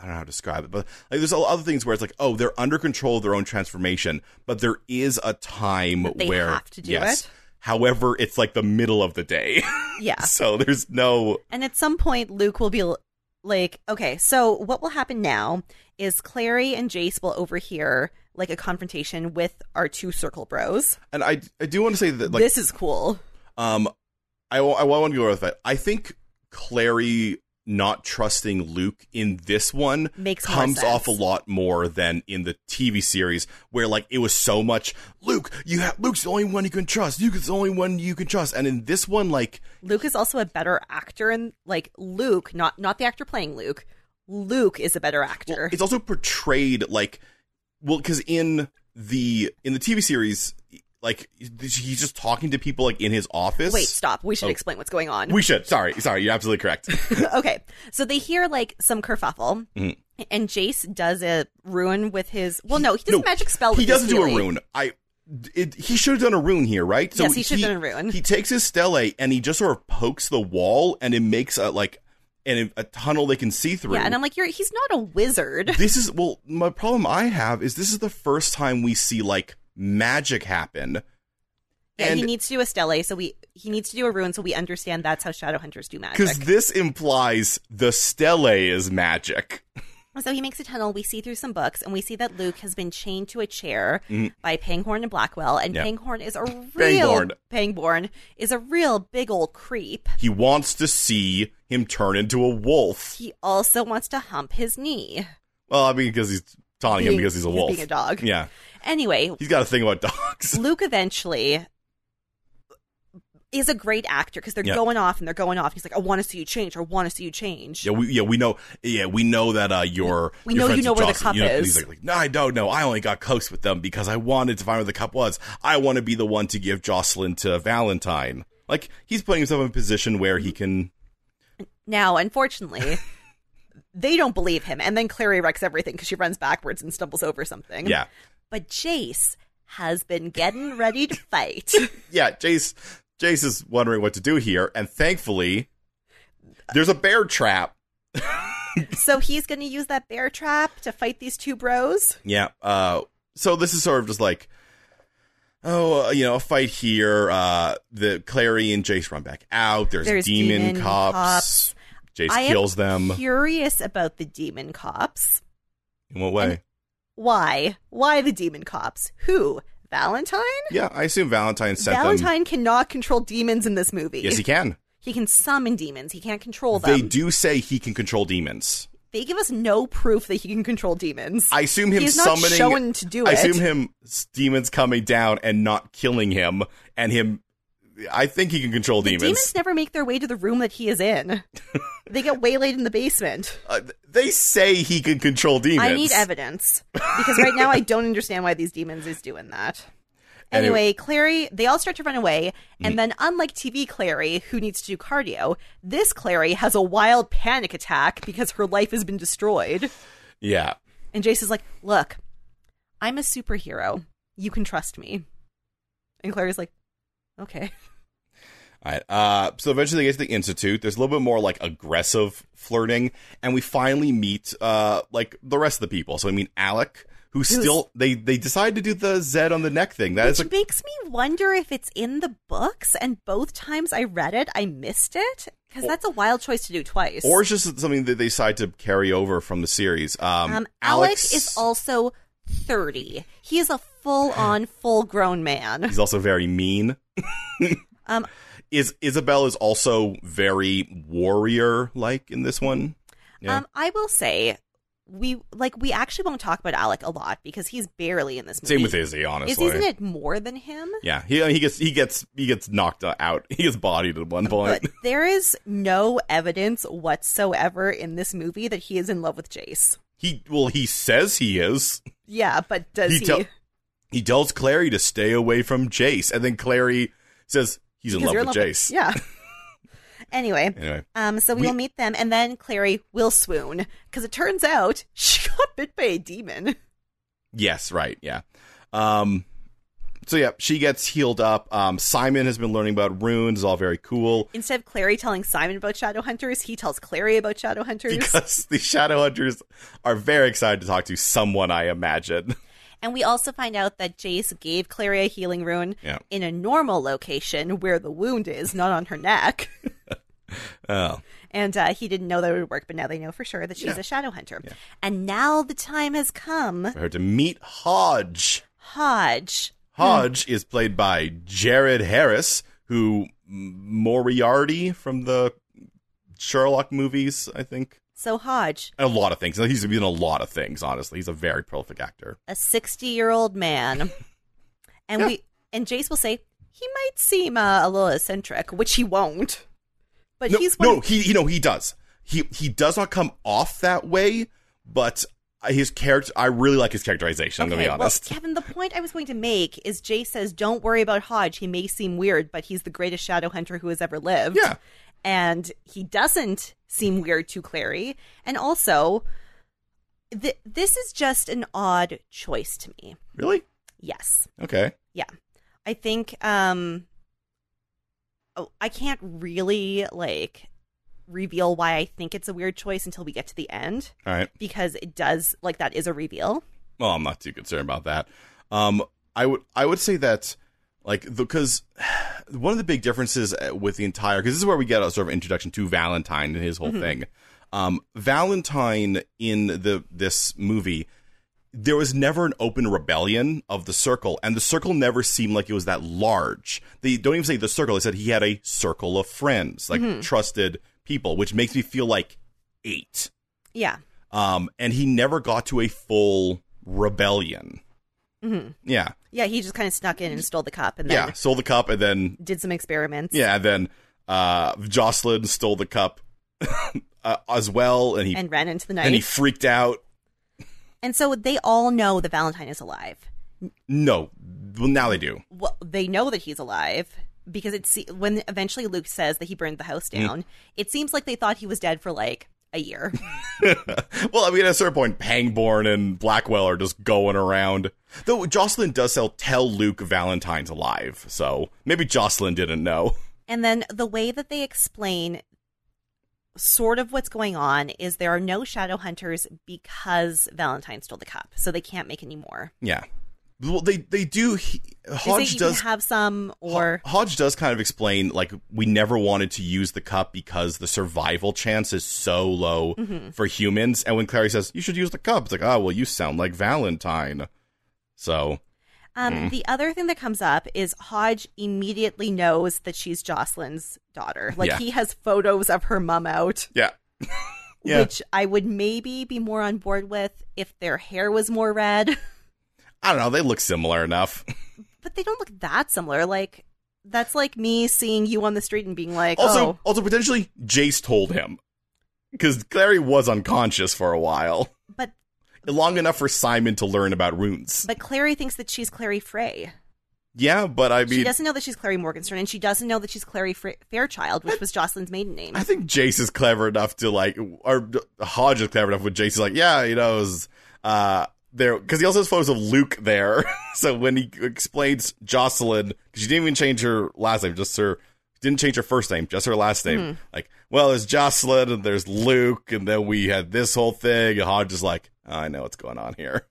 Speaker 1: don't know how to describe it, but like there's all other things where it's like, oh, they're under control of their own transformation, but there is a time
Speaker 2: they
Speaker 1: where
Speaker 2: have to do
Speaker 1: yes.
Speaker 2: it.
Speaker 1: However, it's like the middle of the day,
Speaker 2: Yeah.
Speaker 1: so there's no
Speaker 2: And at some point, Luke will be l- like, okay, so what will happen now is Clary and Jace will overhear like a confrontation with our two circle bros.
Speaker 1: and I I do want to say that like
Speaker 2: this is cool.
Speaker 1: Um, I, want to go with that. I think Clary not trusting Luke in this one
Speaker 2: Makes more
Speaker 1: comes
Speaker 2: sense.
Speaker 1: off a lot more than in the TV series, where like it was so much Luke. You have Luke's the only one you can trust. Luke is the only one you can trust. And in this one, like
Speaker 2: Luke is also a better actor, and like Luke, not not the actor playing Luke. Luke is a better actor.
Speaker 1: Well, it's also portrayed like well because in the in the TV series, like he's just talking to people like in his office.
Speaker 2: Wait, stop. We should
Speaker 1: Oh.
Speaker 2: explain what's going on.
Speaker 1: we should. Sorry, sorry. You're absolutely correct.
Speaker 2: okay, so they hear like some kerfuffle,
Speaker 1: Mm.
Speaker 2: and Jace does a ruin with his. Well, no, he does a magic spell.
Speaker 1: He
Speaker 2: with
Speaker 1: doesn't
Speaker 2: his
Speaker 1: do a
Speaker 2: theory.
Speaker 1: rune. I. It, he should have done a rune here, right?
Speaker 2: Yes, he should have done a rune.
Speaker 1: He takes his stele and he just sort of pokes the wall, and it makes a like and a tunnel they can see through.
Speaker 2: Yeah, and I'm like, you're. He's not a wizard.
Speaker 1: this is well, my problem I have is this is the first time we see like magic happen.
Speaker 2: Yeah,
Speaker 1: and
Speaker 2: he needs to do a stele, so we he needs to do a ruin, so we understand that's how Shadowhunters do magic.
Speaker 1: because this implies the stele is magic.
Speaker 2: So he makes a tunnel. We see through some books, and we see that Luke has been chained to a chair by Panghorn and Blackwell. And
Speaker 1: Mm-hmm. Yeah.
Speaker 2: Panghorn is a real
Speaker 1: Pangborn.
Speaker 2: Pangborn is a real big old creep.
Speaker 1: He wants to see him turn into a wolf.
Speaker 2: He also wants to hump his knee.
Speaker 1: Well, I mean, because he's taunting him
Speaker 2: Being-
Speaker 1: Oh, because he's a
Speaker 2: he's
Speaker 1: wolf.
Speaker 2: being a dog.
Speaker 1: Yeah,
Speaker 2: Anyway,
Speaker 1: he's got a thing about dogs.
Speaker 2: Luke eventually is a great actor because they're
Speaker 1: Yeah.
Speaker 2: going off and they're going off. He's like, "I want to see you change. I want to see you change."
Speaker 1: Yeah, we yeah we know yeah we know that uh your
Speaker 2: We
Speaker 1: your
Speaker 2: know you
Speaker 1: friends
Speaker 2: know
Speaker 1: with
Speaker 2: where the
Speaker 1: Jocelyn,
Speaker 2: cup
Speaker 1: you know,
Speaker 2: is.
Speaker 1: He's like, like, no, I don't know. I only got close with them because I wanted to find where the cup was. I want to be the one to give Jocelyn to Valentine. Like he's putting himself in a position where he can.
Speaker 2: Now, unfortunately, they don't believe him, and then Clary wrecks everything because she runs backwards and stumbles over something.
Speaker 1: Yeah,
Speaker 2: But Jace has been getting ready to fight.
Speaker 1: yeah. Jace Jace is wondering what to do here, and thankfully There's a bear trap.
Speaker 2: so he's going to use that bear trap to fight these two bros.
Speaker 1: Yeah. Uh, so this is sort of just like, oh, uh, you know, a fight here. Uh, the Clary and Jace run back out. There's,
Speaker 2: There's
Speaker 1: demon,
Speaker 2: demon
Speaker 1: cops. Jace
Speaker 2: I am
Speaker 1: kills them.
Speaker 2: Curious about the demon cops.
Speaker 1: In what way?
Speaker 2: Why? Why the demon cops? Who? Valentine?
Speaker 1: yeah, I assume Valentine sent them.
Speaker 2: Valentine cannot control demons in this movie.
Speaker 1: Yes, he can.
Speaker 2: He can summon demons. He can't control them.
Speaker 1: They do say he can control demons.
Speaker 2: They give us no proof that he can control demons.
Speaker 1: I assume him
Speaker 2: He's not
Speaker 1: summoning.
Speaker 2: shown to do
Speaker 1: I
Speaker 2: it.
Speaker 1: assume him s- demons coming down and not killing him, and him. I think he can control
Speaker 2: The
Speaker 1: demons.
Speaker 2: demons never make their way to the room that he is in. they get waylaid in the basement.
Speaker 1: Uh, th- they say he can control demons.
Speaker 2: I need evidence because right now I don't understand why these demons is doing that. Anyway, Clary, they all start to run away,
Speaker 1: Mm.
Speaker 2: and then unlike TV Clary, who needs to do cardio, this Clary has a wild panic attack because her life has been destroyed.
Speaker 1: Yeah.
Speaker 2: And Jace is like, Look, I'm a superhero. You can trust me. And Clary's like, Okay.
Speaker 1: All right. Uh, so eventually they get to the institute. There's a little bit more like aggressive flirting, and we finally meet uh like the rest of the people. So I mean Alec, who still they they decide to do the Z on the neck thing. That is
Speaker 2: Which
Speaker 1: like
Speaker 2: makes me wonder if it's in the books, and both times I read it, I missed it. Because that's a wild choice to do twice.
Speaker 1: or it's just something that they decide to carry over from the series. Um,
Speaker 2: Um, Alec
Speaker 1: Alex
Speaker 2: is also 30. He is a full on, full grown man.
Speaker 1: he's also very mean.
Speaker 2: Um,
Speaker 1: Is Isabel is also very warrior like in this one. Yeah.
Speaker 2: um, I will say, we like we actually won't talk about Alec a lot because he's barely in this movie.
Speaker 1: Same with Izzy, honestly.
Speaker 2: Is isn't it more than him?
Speaker 1: Yeah, he he gets he gets he gets knocked out. He gets bodied at one point.
Speaker 2: But there is no evidence whatsoever in this movie that he is in love with Jace.
Speaker 1: He well, he says he is.
Speaker 2: Yeah, but does
Speaker 1: He
Speaker 2: he?
Speaker 1: tell- He tells Clary to stay away from Jace, and then Clary says he's in
Speaker 2: Because
Speaker 1: love
Speaker 2: you're
Speaker 1: with Jace.
Speaker 2: Yeah. anyway,
Speaker 1: Anyway,
Speaker 2: Um, so we,
Speaker 1: We-
Speaker 2: will meet them, and then Clary will swoon because it turns out she got bit by a demon.
Speaker 1: yes, right, yeah. Um, so yeah, she gets healed up. Um, Simon has been learning about runes. It's all very cool
Speaker 2: Instead of Clary telling Simon about Shadowhunters, he tells Clary about Shadowhunters,
Speaker 1: because the Shadowhunters are very excited to talk to someone. I imagine.
Speaker 2: and we also find out that Jace gave Clary a healing rune
Speaker 1: Yeah.
Speaker 2: in a normal location where the wound is, not on her neck.
Speaker 1: Oh,
Speaker 2: And uh, he didn't know that it would work, but now they know for sure that she's
Speaker 1: Yeah.
Speaker 2: a shadow hunter. And now the time has come.
Speaker 1: for her to meet Hodge.
Speaker 2: Hodge.
Speaker 1: Hodge is played by Jared Harris, who M- Moriarty from the Sherlock movies, I think.
Speaker 2: So Hodge,
Speaker 1: A lot of things. He's been in a lot of things, honestly. He's a very prolific actor.
Speaker 2: a 60 year old man and
Speaker 1: Yeah.
Speaker 2: we and jace will say he might seem uh, a little eccentric which he won't but
Speaker 1: no,
Speaker 2: he's one
Speaker 1: no, he you know he does. He he does not come off that way, but his character. I really like his characterization. I'm gonna be
Speaker 2: Okay,
Speaker 1: honest.
Speaker 2: Well, Kevin, the point I was going to make is Jay says, "Don't worry about Hodge. He may seem weird, but he's the greatest shadow hunter who has ever lived."
Speaker 1: Yeah.
Speaker 2: and he doesn't seem weird to Clary. And also, th- this is just an odd choice to me.
Speaker 1: really?
Speaker 2: Yes,
Speaker 1: Okay.
Speaker 2: Yeah. I think um oh, I can't really like reveal why I think it's a weird choice until we get to the end
Speaker 1: All right.
Speaker 2: because it does like that is a reveal.
Speaker 1: Well, I'm not too concerned about that. Um, I would I would say that like because one of the big differences uh, with the entire because this is where we get a sort of introduction to Valentine and his whole thing. Um, Valentine in the this movie, there was never an open rebellion of the circle, and the circle never seemed like it was that large. They don't even say the circle; they said he had a circle of friends, like trusted people, which makes me feel like eight
Speaker 2: Yeah.
Speaker 1: um, and he never got to a full rebellion.
Speaker 2: Mhm.
Speaker 1: Yeah,
Speaker 2: Yeah, he just kind of snuck in and stole the cup and then
Speaker 1: yeah, stole the cup, and then
Speaker 2: did some experiments.
Speaker 1: yeah, and then uh, Jocelyn stole the cup uh, as well, and he and,
Speaker 2: And ran into the night.
Speaker 1: he freaked out.
Speaker 2: and so they all know that Valentine is alive.
Speaker 1: No, well now they do.
Speaker 2: well, they know that he's alive because it's when eventually Luke says that he burned the house
Speaker 1: Mm.
Speaker 2: down. It seems like they thought he was dead for like a year.
Speaker 1: Well, I mean, at a certain point, Pangborn and Blackwell are just going around. Though Jocelyn does tell tell Luke Valentine's alive, so maybe Jocelyn didn't know.
Speaker 2: And then the way that they explain sort of what's going on is there are no shadow hunters because Valentine stole the cup, so they can't make any more.
Speaker 1: Yeah. Well, they they do. He,
Speaker 2: they
Speaker 1: Hodge
Speaker 2: even
Speaker 1: does.
Speaker 2: have some, or
Speaker 1: Hodge does kind of explain like we never wanted to use the cup because the survival chance is so low
Speaker 2: Mm-hmm.
Speaker 1: for humans. And when Clary says you should use the cup, it's like, oh well, you sound like Valentine. So
Speaker 2: um,
Speaker 1: Mm.
Speaker 2: the other thing that comes up is Hodge immediately knows that she's Jocelyn's daughter. Like
Speaker 1: Yeah.
Speaker 2: he has photos of her mum out,
Speaker 1: yeah, yeah.
Speaker 2: which I would maybe be more on board with if their hair was more red.
Speaker 1: I don't know. They look similar enough.
Speaker 2: but they don't look that similar. Like that's like me seeing you on the street and being like,
Speaker 1: Also,
Speaker 2: "Oh,
Speaker 1: also potentially Jace told him because Clary was unconscious for a while,
Speaker 2: but
Speaker 1: long enough for Simon to learn about runes.
Speaker 2: but Clary thinks that she's Clary Frey.
Speaker 1: yeah, but I
Speaker 2: she
Speaker 1: mean,
Speaker 2: doesn't know that she's Clary Morgenstern, and she doesn't know that she's Clary Fra- Fairchild, which was Jocelyn's maiden name.
Speaker 1: I think Jace is clever enough to like, or Hodge is clever enough with Jace. Is like, yeah, you know, it was, uh, there because he also has photos of Luke there. so when he explains Jocelyn, 'cause she didn't even change her last name, just her didn't change her first name, just her last name.
Speaker 2: Hmm.
Speaker 1: Like, well, there's Jocelyn and there's Luke, and then we had this whole thing. And Hodge is like, "Oh, I know what's going on here.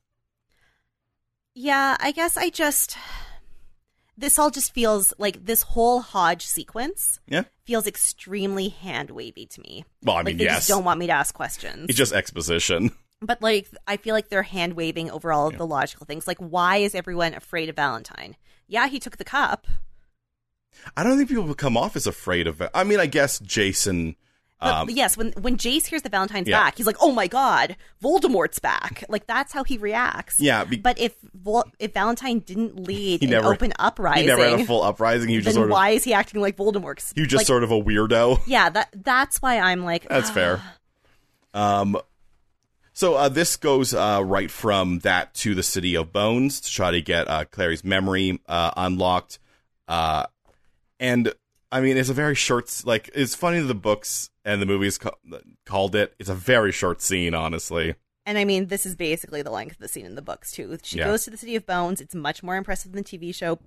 Speaker 2: Yeah, I guess I just this all just feels like this whole Hodge sequence
Speaker 1: Yeah.
Speaker 2: feels extremely hand wavy to me.
Speaker 1: Well, I mean,
Speaker 2: like they
Speaker 1: yes,
Speaker 2: just don't want me to ask questions.
Speaker 1: it's just exposition.
Speaker 2: But like, I feel like they're hand waving over all of the logical things. Like, why is everyone afraid of Valentine? Yeah, he took the cup,
Speaker 1: I don't think people would come off as afraid of it. I mean, I guess Jason.
Speaker 2: But
Speaker 1: Um,
Speaker 2: yes, when when Jace hears that Valentine's
Speaker 1: Yeah.
Speaker 2: back, he's like, "Oh my god, Voldemort's back!" Like that's how he reacts.
Speaker 1: Yeah, be-
Speaker 2: but if Vol- if Valentine didn't lead
Speaker 1: He
Speaker 2: an
Speaker 1: never-
Speaker 2: open uprising,
Speaker 1: He never had a full uprising. He was
Speaker 2: then
Speaker 1: just sort of
Speaker 2: why is he acting like Voldemort's?
Speaker 1: You just
Speaker 2: like,
Speaker 1: sort of a weirdo.
Speaker 2: yeah. That that's why I'm like
Speaker 1: That's
Speaker 2: ah.
Speaker 1: fair. Um, so uh, this goes uh, right from that to the City of Bones to try to get uh, Clary's memory uh, unlocked. Uh, and I mean, it's a very short. Like, it's funny that the books and the movies ca- called it. It's a very short scene, honestly.
Speaker 2: And I mean, this is basically the length of the scene in the books too. She
Speaker 1: Yeah. Mm-hmm.
Speaker 2: goes to the City of Bones. It's much more impressive than the TV show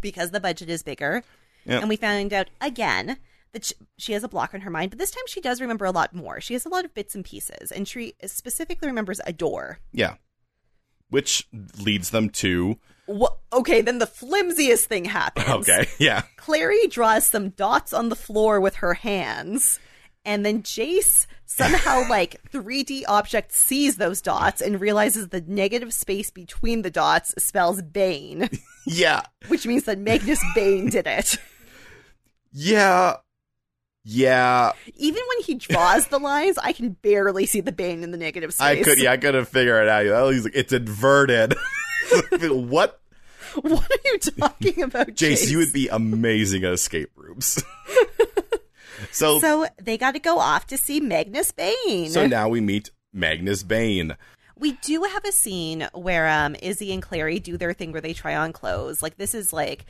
Speaker 2: because the budget is bigger.
Speaker 1: Yeah.
Speaker 2: And we found out again that sh- she has a block on her mind, but this time she does remember a lot more. She has a lot of bits and pieces, and she specifically remembers a door.
Speaker 1: Yeah, which leads them to
Speaker 2: Wha okay, then the flimsiest thing happens.
Speaker 1: okay, yeah,
Speaker 2: Clary draws some dots on the floor with her hands, and then Jace somehow, like 3D object, sees those dots and realizes the negative space between the dots spells Bane,
Speaker 1: yeah.
Speaker 2: which means that Magnus Bane did it.
Speaker 1: Yeah. Yeah.
Speaker 2: Even when he draws the lines, I can barely see the Bane in the negative space.
Speaker 1: I could yeah, I couldn't figure it out. You know, He's like, it's inverted. what?
Speaker 2: What are you talking about, Jace?
Speaker 1: Jace, you would be amazing at escape rooms. so, so
Speaker 2: So they got to go off to see Magnus Bane.
Speaker 1: now we meet Magnus Bane.
Speaker 2: We do have a scene where um, Izzy and Clary do their thing where they try on clothes. Like this is like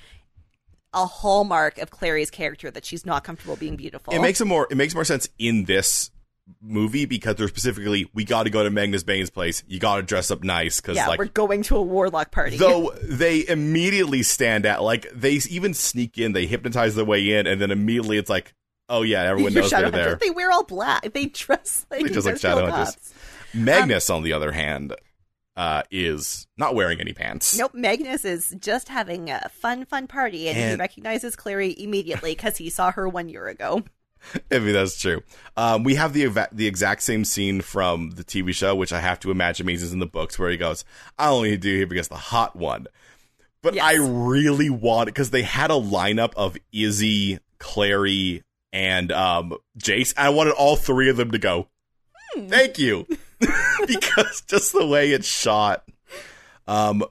Speaker 2: a hallmark of Clary's character that she's not comfortable being beautiful.
Speaker 1: It makes it more it makes more sense in this movie because they're specifically we got to go to Magnus Bane's place. You got to dress up nice cuz
Speaker 2: yeah,
Speaker 1: like
Speaker 2: we're going to a warlock party.
Speaker 1: Though they immediately stand out, like they even sneak in, they hypnotize their way in, and then immediately it's like, oh yeah, everyone
Speaker 2: Your
Speaker 1: knows
Speaker 2: shadow
Speaker 1: they're
Speaker 2: hunter-
Speaker 1: there.
Speaker 2: They wear all black. They dress like
Speaker 1: They dress like
Speaker 2: industrial
Speaker 1: shadow hunters.
Speaker 2: cops.
Speaker 1: Magnus, on the other hand, uh, is not wearing any pants.
Speaker 2: Nope, Magnus is just having a fun, fun party, and, he
Speaker 1: And-
Speaker 2: recognizes Clary immediately because he saw her one year ago.
Speaker 1: I mean that's true. Um, we have the eva- the exact same scene from the TV show, which I have to imagine means is in the books, where he goes, "I only do here because the hot one." But
Speaker 2: Yes.
Speaker 1: I really want because they had a lineup of Izzy, Clary, and um, Jace. I wanted all three of them to go.
Speaker 2: Hmm.
Speaker 1: Thank you, because just the way it's shot. Um,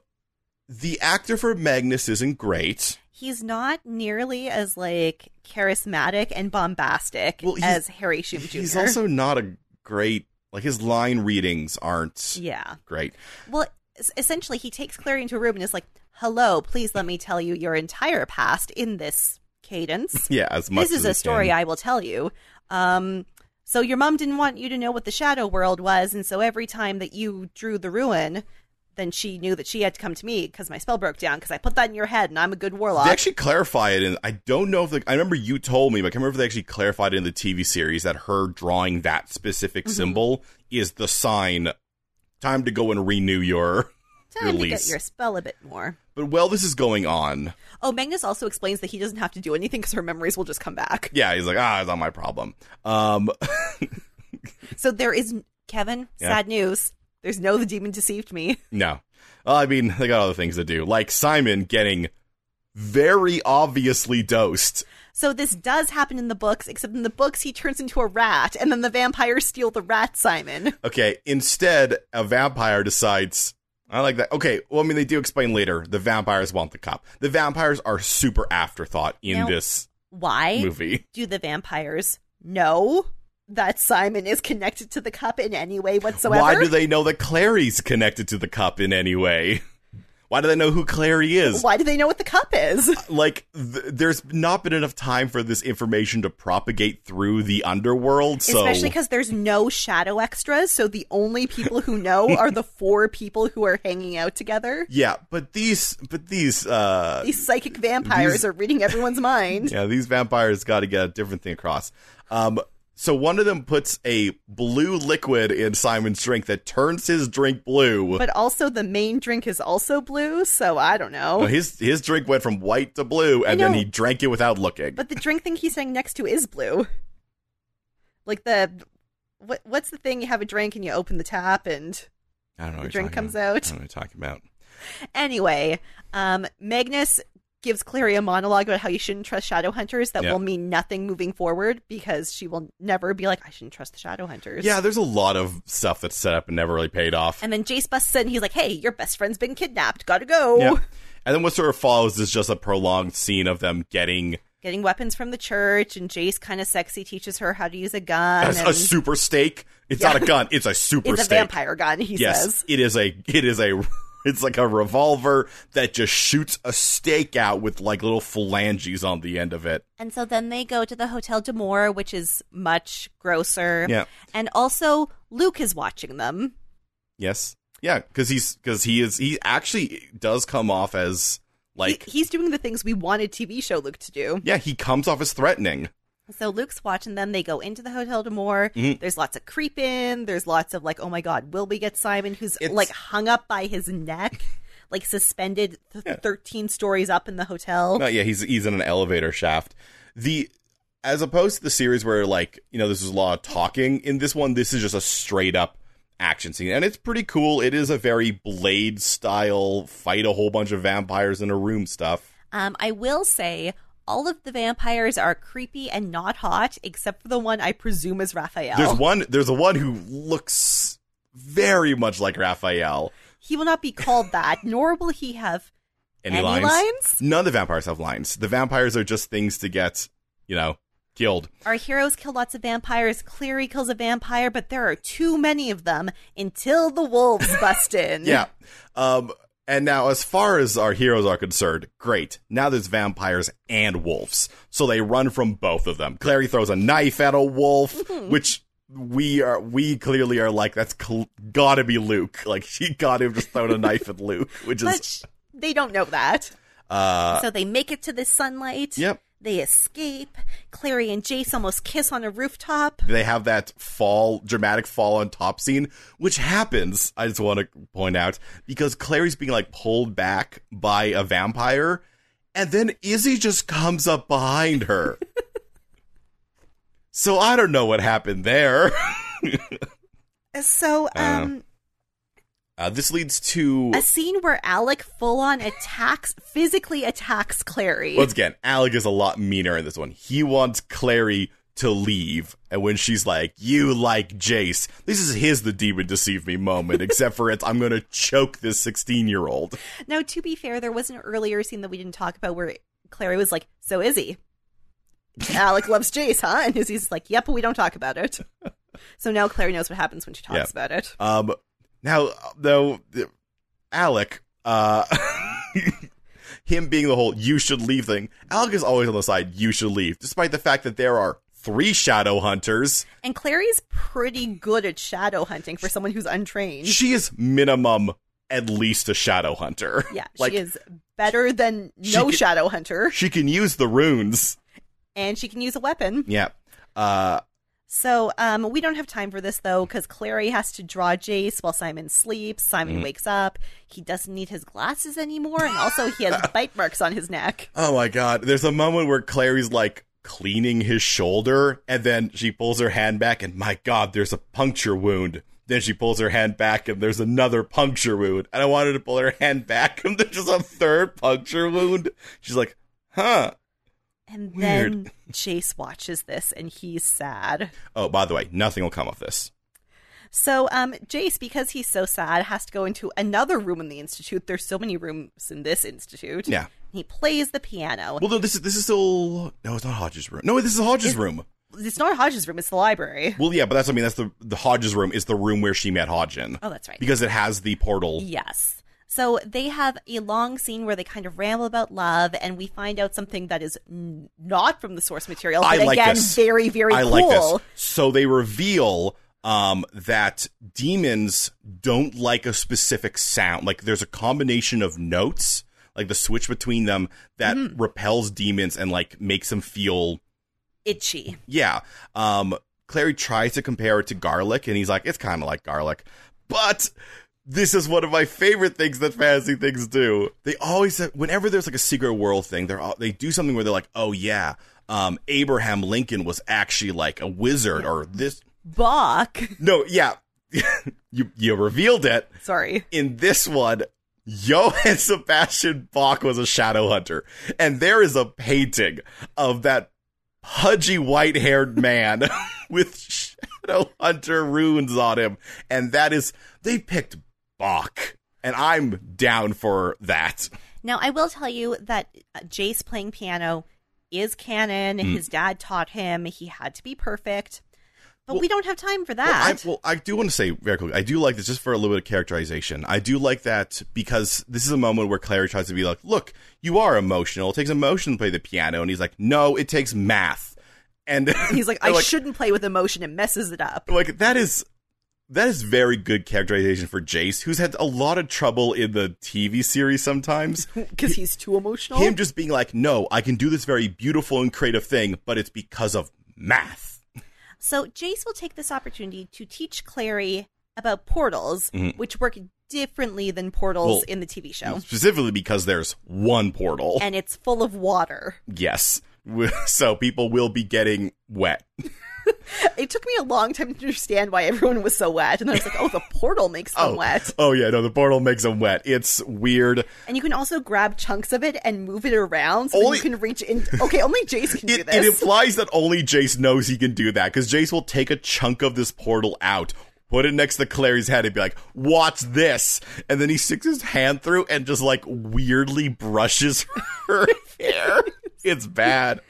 Speaker 1: the actor for Magnus isn't great.
Speaker 2: He's not nearly as like charismatic and bombastic
Speaker 1: Well, he's-
Speaker 2: as Harry Shum Jr.
Speaker 1: He's also not a great like his line readings aren't
Speaker 2: yeah.
Speaker 1: great.
Speaker 2: Well, es- essentially, he takes Clary into a room and is like, "Hello, please let me tell you your entire past in this cadence.
Speaker 1: Yeah, as much
Speaker 2: this is
Speaker 1: as
Speaker 2: a
Speaker 1: he
Speaker 2: story
Speaker 1: can.
Speaker 2: I will tell you." Um, so your mom didn't want you to know what the shadow world was, and so every time that you drew the ruin, then she knew that she had to come to me because my spell broke down because I put that in your head and I'm a good warlock.
Speaker 1: They actually clarify it, and I don't know if the, I remember you told me, but I can't remember if they actually clarified it in the TV series that her drawing that specific
Speaker 2: Mm-hmm.
Speaker 1: symbol is the sign. Time to go and renew your.
Speaker 2: Time to get
Speaker 1: release.
Speaker 2: your spell a bit more.
Speaker 1: But while this is going on,
Speaker 2: Oh, Magnus also explains that he doesn't have to do anything because her memories will just come back.
Speaker 1: yeah, he's like, ah, it's not my problem. Um,
Speaker 2: So there is Kevin.
Speaker 1: Yeah.
Speaker 2: Sad news. There's no the demon deceived me.
Speaker 1: no, well, I mean, they got other things to do, like Simon getting very obviously dosed.
Speaker 2: So this does happen in the books, except in the books he turns into a rat, and then the vampires steal the rat Simon.
Speaker 1: Okay, instead, a vampire decides. I like that. Okay, well, I mean, they do explain later. The vampires want the cop. The vampires are super afterthought in
Speaker 2: Now- eh?
Speaker 1: this
Speaker 2: Why
Speaker 1: movie.
Speaker 2: do the vampires know that Simon is connected to the cup in any way whatsoever?
Speaker 1: Why do they know that Clary's connected to the cup in any way? Why do they know who Clary is?
Speaker 2: Why do they know what the cup is?
Speaker 1: Like, th- there's not been enough time for this information to propagate through the underworld. So,
Speaker 2: Especially because there's no shadow extras, so the only people who know are the four people who are hanging out together.
Speaker 1: yeah, but these, but these, uh,
Speaker 2: These psychic vampires
Speaker 1: These-
Speaker 2: are reading everyone's mind.
Speaker 1: Yeah, these vampires got to get a different thing across. Um, so one of them puts a blue liquid in Simon's drink that turns his drink blue.
Speaker 2: But also, the main drink is also blue, so I don't know.
Speaker 1: Uh, his his drink went from white to blue, and
Speaker 2: I
Speaker 1: then
Speaker 2: know.
Speaker 1: he drank it without looking.
Speaker 2: But the drink thing he's saying next to is blue. Like the what what's the thing you have a drink and you open the tap and
Speaker 1: I don't know. what
Speaker 2: the
Speaker 1: you're
Speaker 2: drink
Speaker 1: talking
Speaker 2: comes
Speaker 1: about.
Speaker 2: out.
Speaker 1: I don't know what you're talking about.
Speaker 2: anyway, um Magnus gives Clary a monologue about how you shouldn't trust shadow hunters that
Speaker 1: Yeah.
Speaker 2: will mean nothing moving forward because she will never be like I shouldn't trust the shadow hunters.
Speaker 1: Yeah, there's a lot of stuff that's set up and never really paid off.
Speaker 2: And then Jace busts in. He's like, "Hey, your best friend's been kidnapped. Gotta go."
Speaker 1: Yeah. And then what sort of follows is just a prolonged scene of them getting
Speaker 2: Getting weapons from the church, and Jace kind of sexy teaches her how to use a
Speaker 1: a,
Speaker 2: gun.
Speaker 1: a
Speaker 2: and
Speaker 1: super stake. It's
Speaker 2: Yeah.
Speaker 1: not a gun. It's a super
Speaker 2: it's a
Speaker 1: stake.
Speaker 2: vampire gun. He
Speaker 1: yes,
Speaker 2: says.
Speaker 1: it is a it is a it's like a revolver that just shoots a stake out with like little phalanges on the end of it.
Speaker 2: And so then they go to the Hotel de Moore, which is much grosser.
Speaker 1: Yeah.
Speaker 2: And also Luke is watching them.
Speaker 1: Yes. Yeah, because he's because he is he actually does come off as like
Speaker 2: He- he's doing the things we wanted TV show Luke to do.
Speaker 1: yeah he comes off as threatening.
Speaker 2: So Luke's watching them. They go into the Hotel de Moore.
Speaker 1: Mhm.
Speaker 2: There's lots of creeping. There's lots of like, oh my God, will we get Simon, who's
Speaker 1: It's-
Speaker 2: like hung up by his neck, like suspended th-
Speaker 1: Yeah.
Speaker 2: 13 stories up in the hotel?
Speaker 1: No, Oh, yeah, he's he's in an elevator shaft. The as opposed to the series where like you know this is a lot of talking in this one, this is just a straight up action scene, and it's pretty cool. It is a very blade style fight a whole bunch of vampires in a room stuff.
Speaker 2: Um, I will say all of the vampires are creepy and not hot, except for the one I presume is Raphael.
Speaker 1: There's one. There's a one who looks very much like Raphael.
Speaker 2: He will not be called that, nor will he have
Speaker 1: Any,
Speaker 2: Any
Speaker 1: lines?
Speaker 2: lines?
Speaker 1: None of the vampires have lines. The vampires are just things to get, you know, killed.
Speaker 2: our heroes kill lots of vampires, Cleary kills a vampire, but there are too many of them until the wolves bust in.
Speaker 1: Yeah. Um. And now, as far as our heroes are concerned, great. Now there's vampires and wolves, so they run from both of them. Clary throws a knife at a wolf, which we are we clearly are like that's cl- gotta be Luke. Like she got him just throwing a knife at Luke, which
Speaker 2: But
Speaker 1: is
Speaker 2: sh- they don't know that.
Speaker 1: uh
Speaker 2: so they make it to the sunlight.
Speaker 1: yep.
Speaker 2: They escape. Clary and Jace almost kiss on a rooftop.
Speaker 1: they have that fall dramatic fall on top scene which happens i just want to point out because clary's being like pulled back by a vampire and then izzy just comes up behind her so i don't know what happened there
Speaker 2: So,
Speaker 1: I
Speaker 2: um,
Speaker 1: uh, this leads to
Speaker 2: a scene where Alec full on attacks, physically attacks Clary.
Speaker 1: once again alec is a lot meaner in this one he wants clary to leave and when she's like you like jace this is his the demon deceive me moment except for it's i'm gonna choke this 16 year old
Speaker 2: Now, to be fair, there was an earlier scene that we didn't talk about where Clary was like, "So is he?" Alec loves Jace, huh? And Izzy's like, "Yep, but we don't talk about it." so now Clary knows what happens when she talks
Speaker 1: Yeah.
Speaker 2: about it.
Speaker 1: Um, now though, th- Alec, uh, him being the whole "you should leave" thing, Alec is always on the side "you should leave," despite the fact that there are three shadow hunters.
Speaker 2: And Clary's pretty good at shadow hunting for someone who's untrained.
Speaker 1: She is minimum at least a shadow hunter.
Speaker 2: Yeah,
Speaker 1: like
Speaker 2: she is better than
Speaker 1: She
Speaker 2: no
Speaker 1: could-
Speaker 2: shadow hunter,
Speaker 1: she can use the runes.
Speaker 2: and she can use a weapon.
Speaker 1: Yeah. Uh,
Speaker 2: So um, we don't have time for this though, because Clary has to draw Jace while Simon sleeps.
Speaker 1: Mm-hmm.
Speaker 2: Simon wakes up. He doesn't need his glasses anymore, and also he has bite marks on his neck.
Speaker 1: oh my god. There's a moment where Clary's like cleaning his shoulder, and then she pulls her hand back, and my god, there's a puncture wound. Then she pulls her hand back, and there's another puncture wound. And I wanted to pull her hand back, and there's just a third puncture wound. She's like, huh.
Speaker 2: And
Speaker 1: Weird.
Speaker 2: then Jace watches this, and he's sad.
Speaker 1: Oh, by the way, nothing will come of this.
Speaker 2: So um, Jace, because he's so sad, has to go into another room in the institute. There's so many rooms in this institute.
Speaker 1: Yeah.
Speaker 2: He plays the piano.
Speaker 1: Well, no, this is this is still no, it's not Hodges' room. No, this is Hodges' room.
Speaker 2: It's not Hodges' room; it's the library.
Speaker 1: Well, yeah, but that's I mean that's the the Hodges' room is the room where she met Hodgin
Speaker 2: Oh, that's right.
Speaker 1: because it has the portal.
Speaker 2: Yes. So they have a long scene where they kind of ramble about love, and we find out something that is n- not from the source material.
Speaker 1: I
Speaker 2: But
Speaker 1: like
Speaker 2: again,
Speaker 1: this.
Speaker 2: very, very
Speaker 1: I
Speaker 2: cool.
Speaker 1: like this. So they reveal um that demons don't like a specific sound. Like there's a combination of notes, like the switch between them that
Speaker 2: Mm-hmm.
Speaker 1: repels demons and like makes them feel
Speaker 2: Itchy.
Speaker 1: Yeah. Um, Clary tries to compare it to garlic, and he's like, it's kind of like garlic. But this is one of my favorite things that fantasy things do. They always, whenever there's like a secret world thing, they're all, they do something where they're like, oh yeah, um, Abraham Lincoln was actually like a wizard, or this.
Speaker 2: Bach.
Speaker 1: No, yeah, you you revealed it
Speaker 2: Sorry.
Speaker 1: in this one, Johann Sebastian Bach was a shadow hunter. And there is a painting of that pudgy white haired man with shadow hunter runes on him. And that is, they picked Bach. And I'm down for that.
Speaker 2: Now, I will tell you that uh, Jace playing piano is canon.
Speaker 1: Mm.
Speaker 2: His dad taught him he had to be perfect, but we don't have time for
Speaker 1: Well,
Speaker 2: that.
Speaker 1: I, well, I do want to say very quickly, I do like this just for a little bit of characterization. I do like that because this is a moment where Clary tries to be like, look, you are emotional. It takes emotion to play the piano. And he's like, no, it takes math. And
Speaker 2: He's like, I
Speaker 1: and,
Speaker 2: shouldn't play with emotion. It messes it up.
Speaker 1: like that is that is very good characterization for Jace, who's had a lot of trouble in the TV series sometimes.
Speaker 2: Because he's too emotional.
Speaker 1: Him just being like, "No, I can do this very beautiful and creative thing, but it's because of math."
Speaker 2: So Jace will take this opportunity to teach Clary about portals, which work differently than portals
Speaker 1: Mm-hmm. Well,
Speaker 2: in the TV show.
Speaker 1: Specifically because there's one portal.
Speaker 2: Oh. And it's full of water.
Speaker 1: yes. So people will be getting wet.
Speaker 2: It took me a long time to understand why everyone was so wet. And then I was like, oh, the portal makes them
Speaker 1: Oh.
Speaker 2: wet.
Speaker 1: Oh yeah, no, the portal makes them wet. It's weird.
Speaker 2: And you can also grab chunks of it and move it around so that
Speaker 1: Only-
Speaker 2: you can reach in. Okay, only Jace can do
Speaker 1: It,
Speaker 2: this.
Speaker 1: it implies that only Jace knows he can do that because Jace will take a chunk of this portal out, put it next to Clary's head, and be like, "Watch this!" And then he sticks his hand through and just like weirdly brushes her hair. It's bad.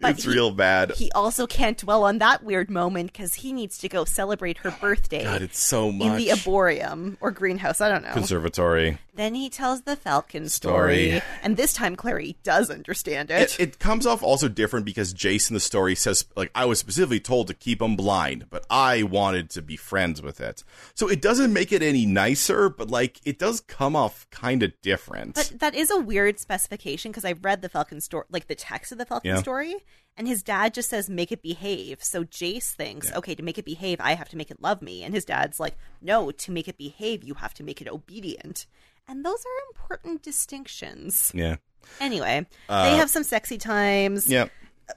Speaker 2: But
Speaker 1: it's
Speaker 2: he-
Speaker 1: real bad.
Speaker 2: he also can't dwell on that weird moment because he needs to go celebrate her birthday
Speaker 1: God, it's so
Speaker 2: in
Speaker 1: much.
Speaker 2: the Arborium or greenhouse. I don't know.
Speaker 1: Conservatory.
Speaker 2: Then he tells the Falcon
Speaker 1: Story.
Speaker 2: story, and this time Clary does understand
Speaker 1: It,
Speaker 2: it.
Speaker 1: it comes off also different because Jace in the story says, like, I was specifically told to keep him blind, but I wanted to be friends with it. So it doesn't make it any nicer, but like, it does come off kind of different.
Speaker 2: but that is a weird specification because I read the Falcon story, like the text of the Falcon
Speaker 1: Yeah.
Speaker 2: story, and his dad just says make it behave. So Jace thinks, okay, to make it behave, I have to make it love me, and his dad's like, no, to make it behave, you have to make it obedient. And those are important distinctions.
Speaker 1: yeah.
Speaker 2: Anyway,
Speaker 1: Uh,
Speaker 2: they have some sexy times.
Speaker 1: Yeah.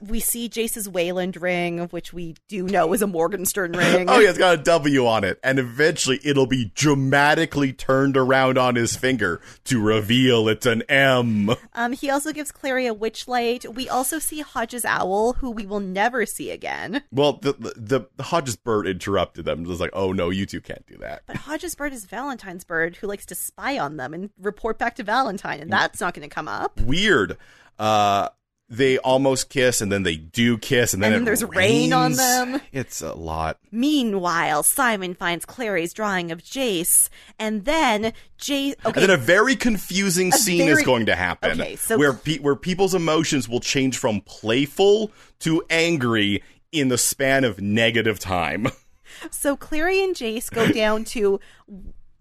Speaker 2: We see Jace's Wayland ring, which we do know is a Morgenstern ring.
Speaker 1: Oh, yeah, it's got a W on it. And eventually it'll be dramatically turned around on his finger to reveal it's an M.
Speaker 2: Um, he also gives Clary a witch light. We also see Hodges Owl, who we will never see again.
Speaker 1: Well, the, the, the Hodges bird interrupted them. It was like, oh, no, you two can't do that.
Speaker 2: But Hodges Bird is Valentine's bird, who likes to spy on them and report back to Valentine,
Speaker 1: Mm.
Speaker 2: and that's not going to come up.
Speaker 1: weird. Uh, they almost kiss and then they do kiss and then,
Speaker 2: And
Speaker 1: it
Speaker 2: there's rain on
Speaker 1: rains.
Speaker 2: them.
Speaker 1: It's a lot.
Speaker 2: Meanwhile, Simon finds Clary's drawing of Jace, and then Jace. Okay,
Speaker 1: And then a very confusing scene is
Speaker 2: very-
Speaker 1: going to happen
Speaker 2: Okay, so-
Speaker 1: where pe- where people's emotions will change from playful to angry in the span of negative time.
Speaker 2: so Clary and Jace go down to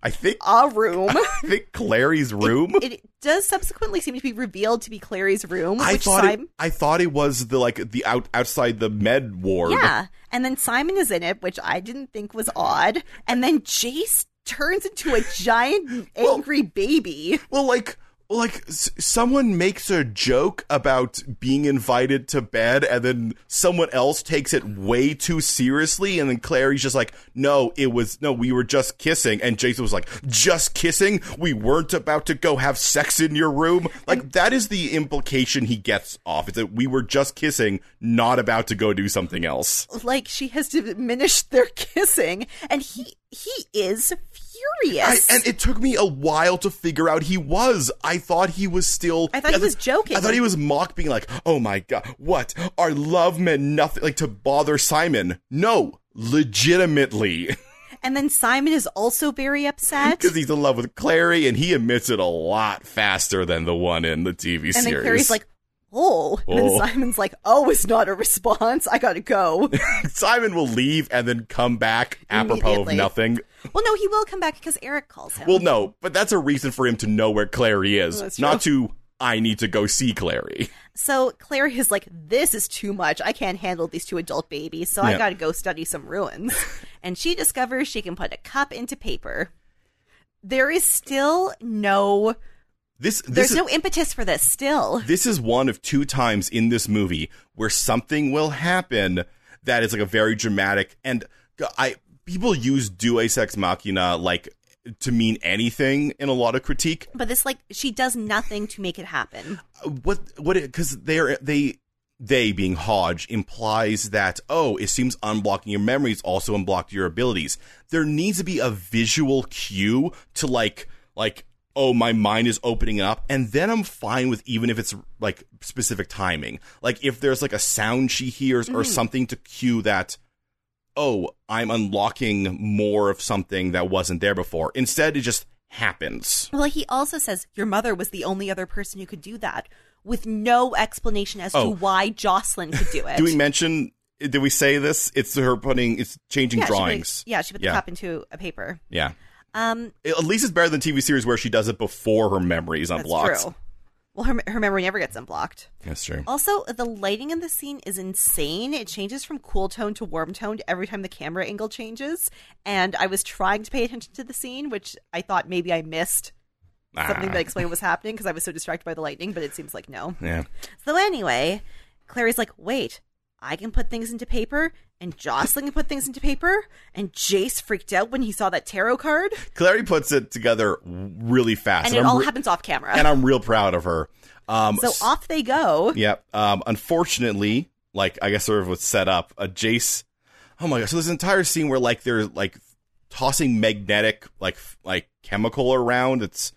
Speaker 1: I think
Speaker 2: a room.
Speaker 1: I think Clary's room.
Speaker 2: It does subsequently seem to be revealed to be Clary's room,
Speaker 1: I
Speaker 2: which
Speaker 1: thought
Speaker 2: Simon.
Speaker 1: it, I thought it was the like the out outside the med ward.
Speaker 2: yeah. And then Simon is in it, which I didn't think was odd. And then Jace turns into a giant
Speaker 1: Well-
Speaker 2: angry baby.
Speaker 1: Well, like like s- someone makes a joke about being invited to bed and then someone else takes it way too seriously and then Clary's just like, "No, it was no, we were just kissing." And Jason was like, "Just kissing? We weren't about to go have sex in your room?" Like that is the implication he gets off. It's that we were just kissing, not about to go do something else.
Speaker 2: Like she has diminished their kissing. And he he is
Speaker 1: I,
Speaker 2: furious.
Speaker 1: and it took me a while to figure out he was. I thought he was still.
Speaker 2: I thought he was joking.
Speaker 1: I thought he was mock being like, "Oh my god, what our love meant nothing." Like to bother Simon. No, legitimately,
Speaker 2: And then Simon is also very upset.
Speaker 1: because he's in love with Clary, and he admits it a lot faster than the one in the TV
Speaker 2: And
Speaker 1: series.
Speaker 2: then Clary's like, oh. And
Speaker 1: Oh.
Speaker 2: then Simon's like, oh, it's not a response. I gotta go.
Speaker 1: Simon will leave and then come back apropos of
Speaker 2: Immediately.
Speaker 1: nothing.
Speaker 2: well, no, he will come back because Eric calls him.
Speaker 1: Well, no, but that's a reason for him to know where Clary is,
Speaker 2: That's
Speaker 1: not to. I need to go see Clary.
Speaker 2: So Clary is like, this is too much. I can't handle these two adult babies, so
Speaker 1: Yeah.
Speaker 2: I gotta go study some ruins. and she discovers she can put a cup into paper. There is still no,
Speaker 1: This, this
Speaker 2: there's
Speaker 1: is,
Speaker 2: no impetus for this still.
Speaker 1: this is one of two times in this movie where something will happen that is like a very dramatic and I people use Deus Ex Machina like to mean anything in a lot of critique.
Speaker 2: But this, like, she does nothing to make it happen.
Speaker 1: What what because they're they they being Hodge implies that oh it seems unblocking your memories also unblocked your abilities. There needs to be a visual cue to like like oh my mind is opening up and then I'm fine with even if it's like specific timing. Like if there's like a sound she hears or something to cue that oh I'm unlocking more of something that wasn't there before. Instead it just happens.
Speaker 2: Well, he also says your mother was the only other person who could do that, with no explanation as
Speaker 1: Oh.
Speaker 2: to why Jocelyn could do it.
Speaker 1: Do we mention? Did we say this? It's her putting. It's changing
Speaker 2: yeah,
Speaker 1: drawings.
Speaker 2: She put, yeah, she put the
Speaker 1: Yeah.
Speaker 2: cup into a paper.
Speaker 1: yeah.
Speaker 2: Um,
Speaker 1: At least it's better than TV series where she does it before her memories
Speaker 2: that's
Speaker 1: unblocked.
Speaker 2: true. Well, her her memory never gets unblocked.
Speaker 1: That's true.
Speaker 2: Also, the lighting in the scene is insane. It changes from cool tone to warm toned every time the camera angle changes. And I was trying to pay attention to the scene, which I thought maybe I missed something
Speaker 1: Ah.
Speaker 2: that explained what was happening because I was so distracted by the lightning. But it seems like no.
Speaker 1: yeah.
Speaker 2: So anyway, Clary's like, wait, I can put things into paper, and Jocelyn can put things into paper, and Jace freaked out when he saw that tarot card,
Speaker 1: Clary puts it together really fast,
Speaker 2: and it all
Speaker 1: re-
Speaker 2: happens off camera.
Speaker 1: and I'm real proud of her. Um,
Speaker 2: so off they go.
Speaker 1: Yeah. Um, unfortunately, like I guess sort of was set up. A Jace. Oh my gosh! So this entire scene where like they're like tossing magnetic like f- like chemical around. It's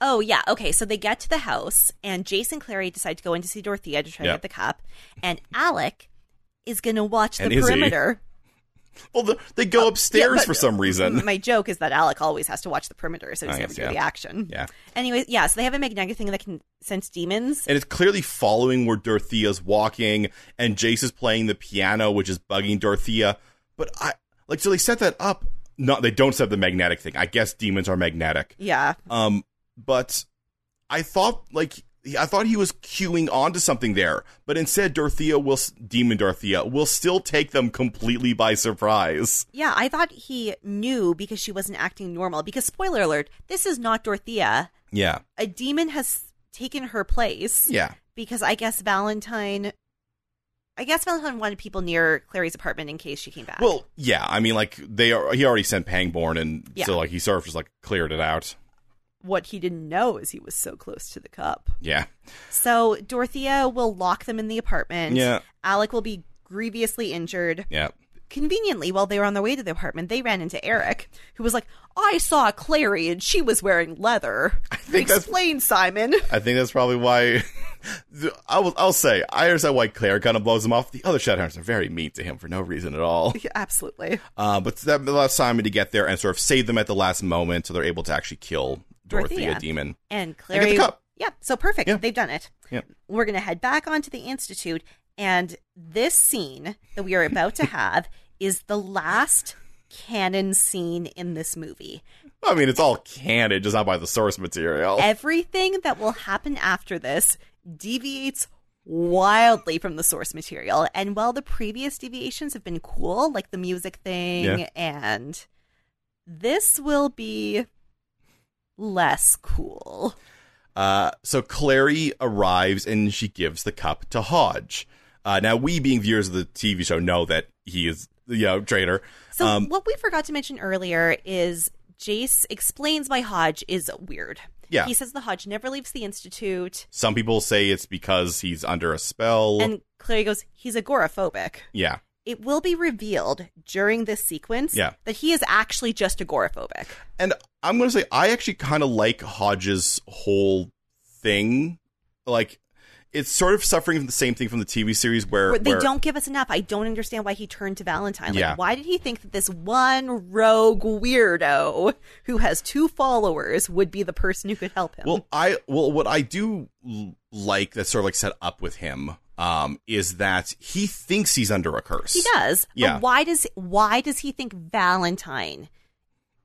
Speaker 2: Oh yeah, okay. So they get to the house, and Jace and Clary decide to go in to see Dorothea to try
Speaker 1: Yeah.
Speaker 2: to get the cup, and Alec is going to watch the
Speaker 1: And is he?
Speaker 2: perimeter.
Speaker 1: well, the, they go
Speaker 2: Uh, Yeah,
Speaker 1: upstairs
Speaker 2: but
Speaker 1: for some reason.
Speaker 2: My joke is that Alec always has to watch the perimeter, so he's
Speaker 1: I
Speaker 2: never
Speaker 1: guess,
Speaker 2: near
Speaker 1: yeah.
Speaker 2: the action.
Speaker 1: Yeah.
Speaker 2: Anyways, yeah. So they have a magnetic thing that can sense demons.
Speaker 1: and it's clearly following where Dorothea's walking, and Jace is playing the piano, which is bugging Dorothea. But I like so they set that up. No, they don't set the magnetic thing. I guess demons are magnetic.
Speaker 2: yeah.
Speaker 1: Um, but I thought like I thought he was queuing onto something there, but instead Dorothea will demon Dorothea will still take them completely by surprise.
Speaker 2: Yeah, I thought he knew because she wasn't acting normal. Because, spoiler alert, this is not Dorothea.
Speaker 1: Yeah,
Speaker 2: A demon has taken her place
Speaker 1: yeah,
Speaker 2: because I guess Valentine. I guess Valentine wanted people near Clary's apartment in case she came back.
Speaker 1: well, yeah. I mean, like they are. He already sent Pangborn, and
Speaker 2: Yeah.
Speaker 1: so like he sort of just like cleared it out.
Speaker 2: what he didn't know is he was so close to the cup.
Speaker 1: Yeah.
Speaker 2: So Dorothea will lock them in the apartment.
Speaker 1: Yeah.
Speaker 2: Alec will be grievously injured.
Speaker 1: Yeah.
Speaker 2: Conveniently, while they were on their way to the apartment, they ran into Eric, who was like, I saw Clary and she was wearing leather. I
Speaker 1: think that's-
Speaker 2: Explain, Simon.
Speaker 1: I think that's probably why. the- I will. I'll say I understand why Claire kind of blows him off. The other Shadowhunters are very mean to him for no reason at all.
Speaker 2: Yeah, absolutely.
Speaker 1: Uh, but that allows Simon to get there and sort of save them at the last moment, so they're able to actually kill Dorothea,
Speaker 2: Dorothea.
Speaker 1: Demon.
Speaker 2: And
Speaker 1: get the
Speaker 2: Clary.
Speaker 1: cup.
Speaker 2: Yeah, so perfect.
Speaker 1: Yeah.
Speaker 2: They've done it.
Speaker 1: Yeah.
Speaker 2: We're going to head back onto the Institute, and this scene that we are about to have is the last canon scene in this movie.
Speaker 1: I mean, it's all canon, just not by the source material.
Speaker 2: Everything that will happen after this deviates wildly from the source material. And while the previous deviations have been cool, like the music thing
Speaker 1: Yeah.
Speaker 2: and this will be less cool.
Speaker 1: Uh, so Clary arrives and she gives the cup to Hodge. Uh, now, we being viewers of the TV show know that he is, you know, traitor.
Speaker 2: So
Speaker 1: Um,
Speaker 2: what we forgot to mention earlier is Jace explains why Hodge is weird.
Speaker 1: Yeah.
Speaker 2: He says the Hodge never leaves the institute
Speaker 1: Some people say it's because he's under a spell.
Speaker 2: and Clary goes, He's agoraphobic.
Speaker 1: yeah.
Speaker 2: It will be revealed during this sequence
Speaker 1: Yeah.
Speaker 2: that he is actually just agoraphobic.
Speaker 1: And I'm going to say, I actually kind of like Hodge's whole thing. Like, it's sort of suffering from the same thing from the TV series where,
Speaker 2: Where they
Speaker 1: where-
Speaker 2: don't give us enough. I don't understand why he turned to Valentine. Like,
Speaker 1: Yeah.
Speaker 2: why did he think that this one rogue weirdo who has two followers would be the person who could help him?
Speaker 1: Well, I well, what I do l- like that's sort of like set up with him um, is that he thinks he's under a curse.
Speaker 2: He does.
Speaker 1: Yeah.
Speaker 2: But why does why does he think Valentine,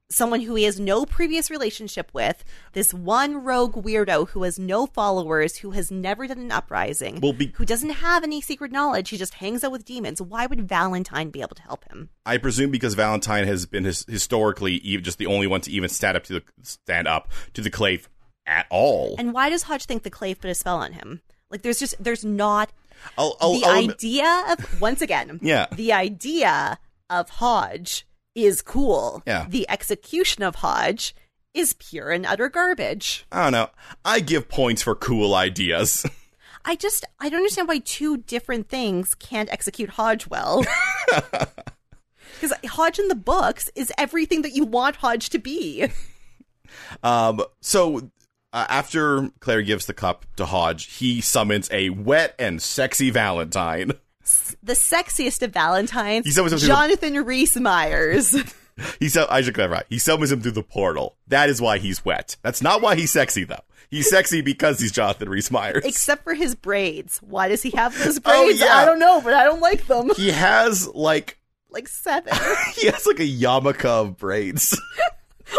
Speaker 2: someone who he has no previous relationship with, this one rogue weirdo who has no followers, who has never done an uprising,
Speaker 1: Well, be-
Speaker 2: who doesn't have any secret knowledge, he just hangs out with demons. Why would Valentine be able to help him?
Speaker 1: I presume because Valentine has been his, historically even just the only one to even stand up to the stand up to the clave at all.
Speaker 2: And why does Hodge think the clave put a spell on him? Like there's just there's not
Speaker 1: I'll, I'll,
Speaker 2: the
Speaker 1: I'll admit-
Speaker 2: idea of once again
Speaker 1: Oh, Yeah.
Speaker 2: the idea of hodge is cool
Speaker 1: Yeah.
Speaker 2: the execution of hodge is pure and utter garbage
Speaker 1: I don't know. I give points for cool ideas.
Speaker 2: i just i don't understand why two different things can't execute hodge well because hodge in the books is everything that you want hodge to be
Speaker 1: Um, so uh, after Claire gives the cup to Hodge, he summons a wet and sexy Valentine.
Speaker 2: the sexiest of valentines
Speaker 1: He's always- always-
Speaker 2: jonathan reese myers
Speaker 1: He sell I should clarify. He summons him through the portal. That is why he's wet. That's not why he's sexy though. He's sexy because he's Jonathan Rhys Meyers.
Speaker 2: except for his braids why does he have those
Speaker 1: Oh,
Speaker 2: braids
Speaker 1: yeah.
Speaker 2: i don't know but i don't like them
Speaker 1: he has like
Speaker 2: like seven
Speaker 1: he has like a yarmulke of braids.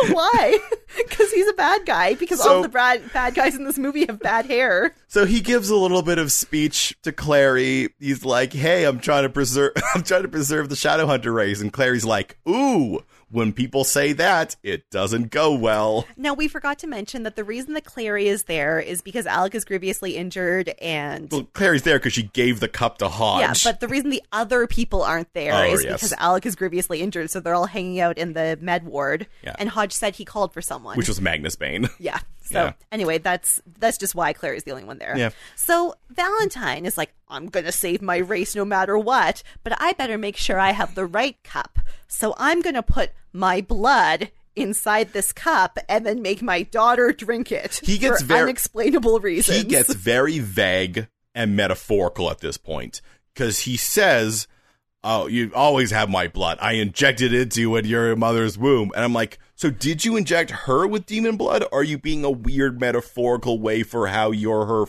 Speaker 2: Why? Because he's a bad guy. Because
Speaker 1: So-
Speaker 2: all the bad bad guys in this movie have bad hair.
Speaker 1: So he gives a little bit of speech to Clary. He's like, "Hey, I'm trying to preserve I'm trying to preserve the Shadowhunter race." And Clary's like, "Ooh, when people say that, it doesn't go well."
Speaker 2: Now we forgot to mention that the reason that Clary is there is because Alec is grievously injured, and
Speaker 1: Well, Clary's there cuz she gave the cup to Hodge.
Speaker 2: yeah. But the reason the other people aren't there
Speaker 1: Oh,
Speaker 2: is
Speaker 1: yes.
Speaker 2: because Alec is grievously injured, so they're all hanging out in the med ward.
Speaker 1: Yeah.
Speaker 2: And Hodge said he called for someone.
Speaker 1: which was Magnus Bane.
Speaker 2: Yeah. So
Speaker 1: Yeah.
Speaker 2: anyway, that's that's just why Claire is the only one there.
Speaker 1: Yeah.
Speaker 2: So Valentine is like, I'm gonna save my race no matter what, but I better make sure I have the right cup. So I'm gonna put my blood inside this cup and then make my daughter drink it.
Speaker 1: He gets
Speaker 2: for
Speaker 1: ver-
Speaker 2: unexplainable reasons.
Speaker 1: He gets very vague and metaphorical at this point because he says, "Oh, you always have my blood. I injected it into you in your mother's womb." And I'm like, "So did you inject her with demon blood? Are you being a weird metaphorical way for how you're her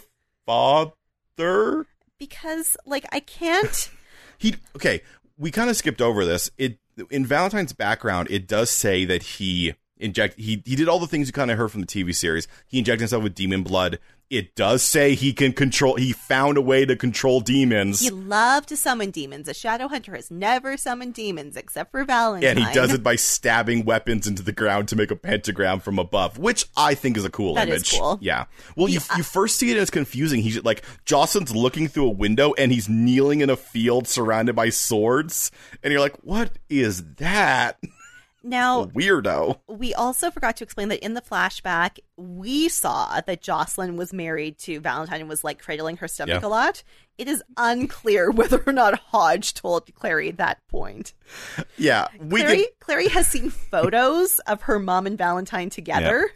Speaker 1: father?"
Speaker 2: because like I can't
Speaker 1: He okay. We kind of skipped over this. It in Valentine's background, it does say that he inject he he did all the things you kind of heard from the TV series. He injected himself with demon blood. It does say he can control. He found a way to control demons,
Speaker 2: he loved to summon demons. A shadow hunter has never summoned demons except for Valentine.
Speaker 1: and he does it by stabbing weapons into the ground to make a pentagram from above, which I think is a cool
Speaker 2: That is
Speaker 1: image.
Speaker 2: cool.
Speaker 1: Yeah. Well, you you first see it and it's confusing. He's like Jocelyn's looking through a window and he's kneeling in a field surrounded by swords, and you're like, "What is that?"
Speaker 2: Now
Speaker 1: weirdo.
Speaker 2: we also forgot to explain that in the flashback, we saw that Jocelyn was married to Valentine and was like cradling her stomach
Speaker 1: Yeah.
Speaker 2: a lot. It is unclear whether or not Hodge told Clary that point.
Speaker 1: Yeah, we
Speaker 2: Clary,
Speaker 1: could,
Speaker 2: Clary has seen photos of her mom and Valentine together,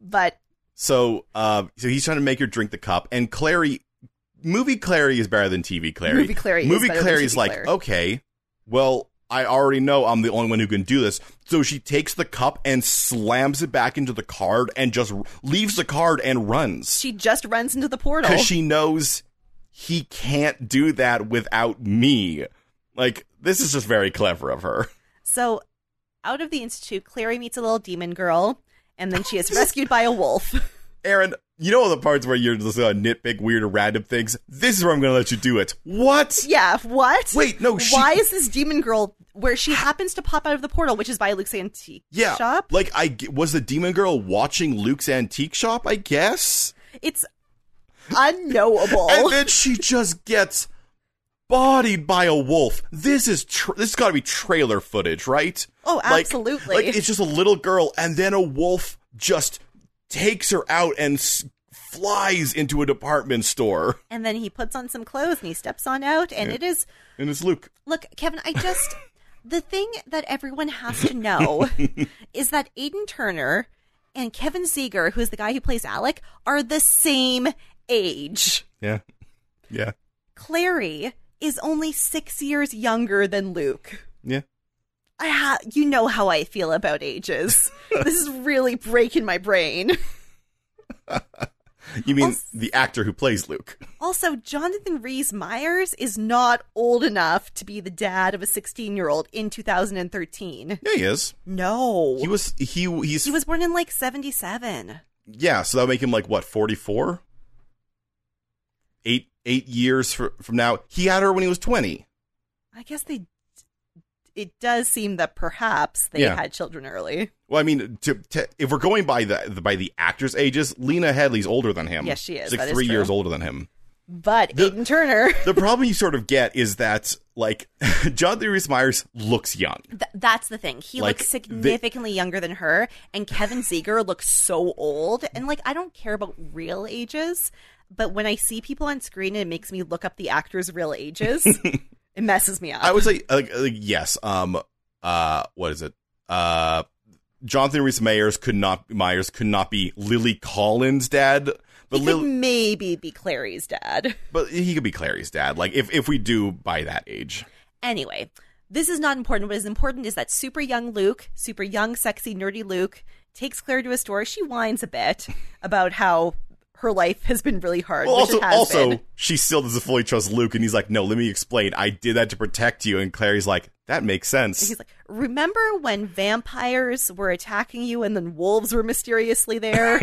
Speaker 2: but
Speaker 1: so uh, so he's trying to make her drink the cup, and Clary, movie Clary is better than TV Clary.
Speaker 2: Movie Clary is
Speaker 1: movie
Speaker 2: better than
Speaker 1: Clary
Speaker 2: TV
Speaker 1: is like
Speaker 2: Clary.
Speaker 1: okay, well I already know I'm the only one who can do this. So she takes the cup and slams it back into the card and just r- leaves the card and runs
Speaker 2: she just runs into the portal.
Speaker 1: because she knows he can't do that without me. Like this is just very clever of her.
Speaker 2: So, out of the institute, Clary meets a little demon girl, and then she is rescued by a wolf.
Speaker 1: Aaron, you know all the parts where you're just gonna nitpick weird or random things. This is where I'm gonna let you do it. What?
Speaker 2: yeah, what?
Speaker 1: Wait, no, she-
Speaker 2: Why is this demon girl where she happens to pop out of the portal, which is by Luke's antique
Speaker 1: Yeah,
Speaker 2: shop?
Speaker 1: like I g- was the demon girl watching Luke's antique shop. I guess,
Speaker 2: It's unknowable.
Speaker 1: and then she just gets bodied by a wolf. This is tr this has got to be trailer footage, right?
Speaker 2: Oh,
Speaker 1: Like-
Speaker 2: absolutely.
Speaker 1: Like, it's just a little girl, and then a wolf just takes her out and s- flies into a department store,
Speaker 2: and then he puts on some clothes and he steps on out, and it is
Speaker 1: and it's Luke.
Speaker 2: Look, Kevin, I just the thing that everyone has to know is that Aiden Turner and Kevin Zeger, who is the guy who plays Alec, are the same age.
Speaker 1: Yeah, yeah,
Speaker 2: Clary is only six years younger than Luke.
Speaker 1: yeah.
Speaker 2: I ha- you know how I feel about ages. this is really breaking my brain.
Speaker 1: You mean
Speaker 2: Also-
Speaker 1: the actor who plays Luke?
Speaker 2: Also, Jonathan Rhys Myers is not old enough to be the dad of a 16 year old in 2013.
Speaker 1: Yeah, he is.
Speaker 2: No.
Speaker 1: He was. He he's.
Speaker 2: He was born in like 77.
Speaker 1: yeah, so that would make him like what forty four. Eight eight years fr from now, he had her when he was twenty.
Speaker 2: I guess they. It does seem that perhaps they
Speaker 1: Yeah.
Speaker 2: had children early.
Speaker 1: Well, I mean, to, to, if we're going by the, the by the actors' ages, Lena Headley's older than him.
Speaker 2: Yes, she is.
Speaker 1: She's like
Speaker 2: That is
Speaker 1: three
Speaker 2: true.
Speaker 1: years older than him.
Speaker 2: But
Speaker 1: The-
Speaker 2: Aiden Turner.
Speaker 1: The problem you sort of get is that like John Reese Myers looks young.
Speaker 2: Th- that's the thing. He
Speaker 1: Like,
Speaker 2: looks
Speaker 1: they-
Speaker 2: significantly younger than her, and Kevin Zeger looks so old. And like, I don't care about real ages, but when I see people on screen, it makes me look up the actors' real ages. it messes me up.
Speaker 1: I would say like, like yes. Um. Uh. What is it? Uh. Jonathan Rhys Myers could not Myers could not be Lily Collins' dad, but
Speaker 2: he
Speaker 1: Lily,
Speaker 2: could maybe be Clary's dad.
Speaker 1: but he could be Clary's dad. Like if if we do by that age,
Speaker 2: Anyway, this is not important. What is important is that super young Luke, super young, sexy, nerdy Luke, takes Claire to a store. She whines a bit about how her life has been really hard.
Speaker 1: well,
Speaker 2: which
Speaker 1: also
Speaker 2: it has
Speaker 1: also
Speaker 2: been.
Speaker 1: she still doesn't fully trust Luke, and he's like, no, let me explain. I did that to protect you, and Clary's like, that makes sense.
Speaker 2: He's like, remember when vampires were attacking you and then wolves were mysteriously there?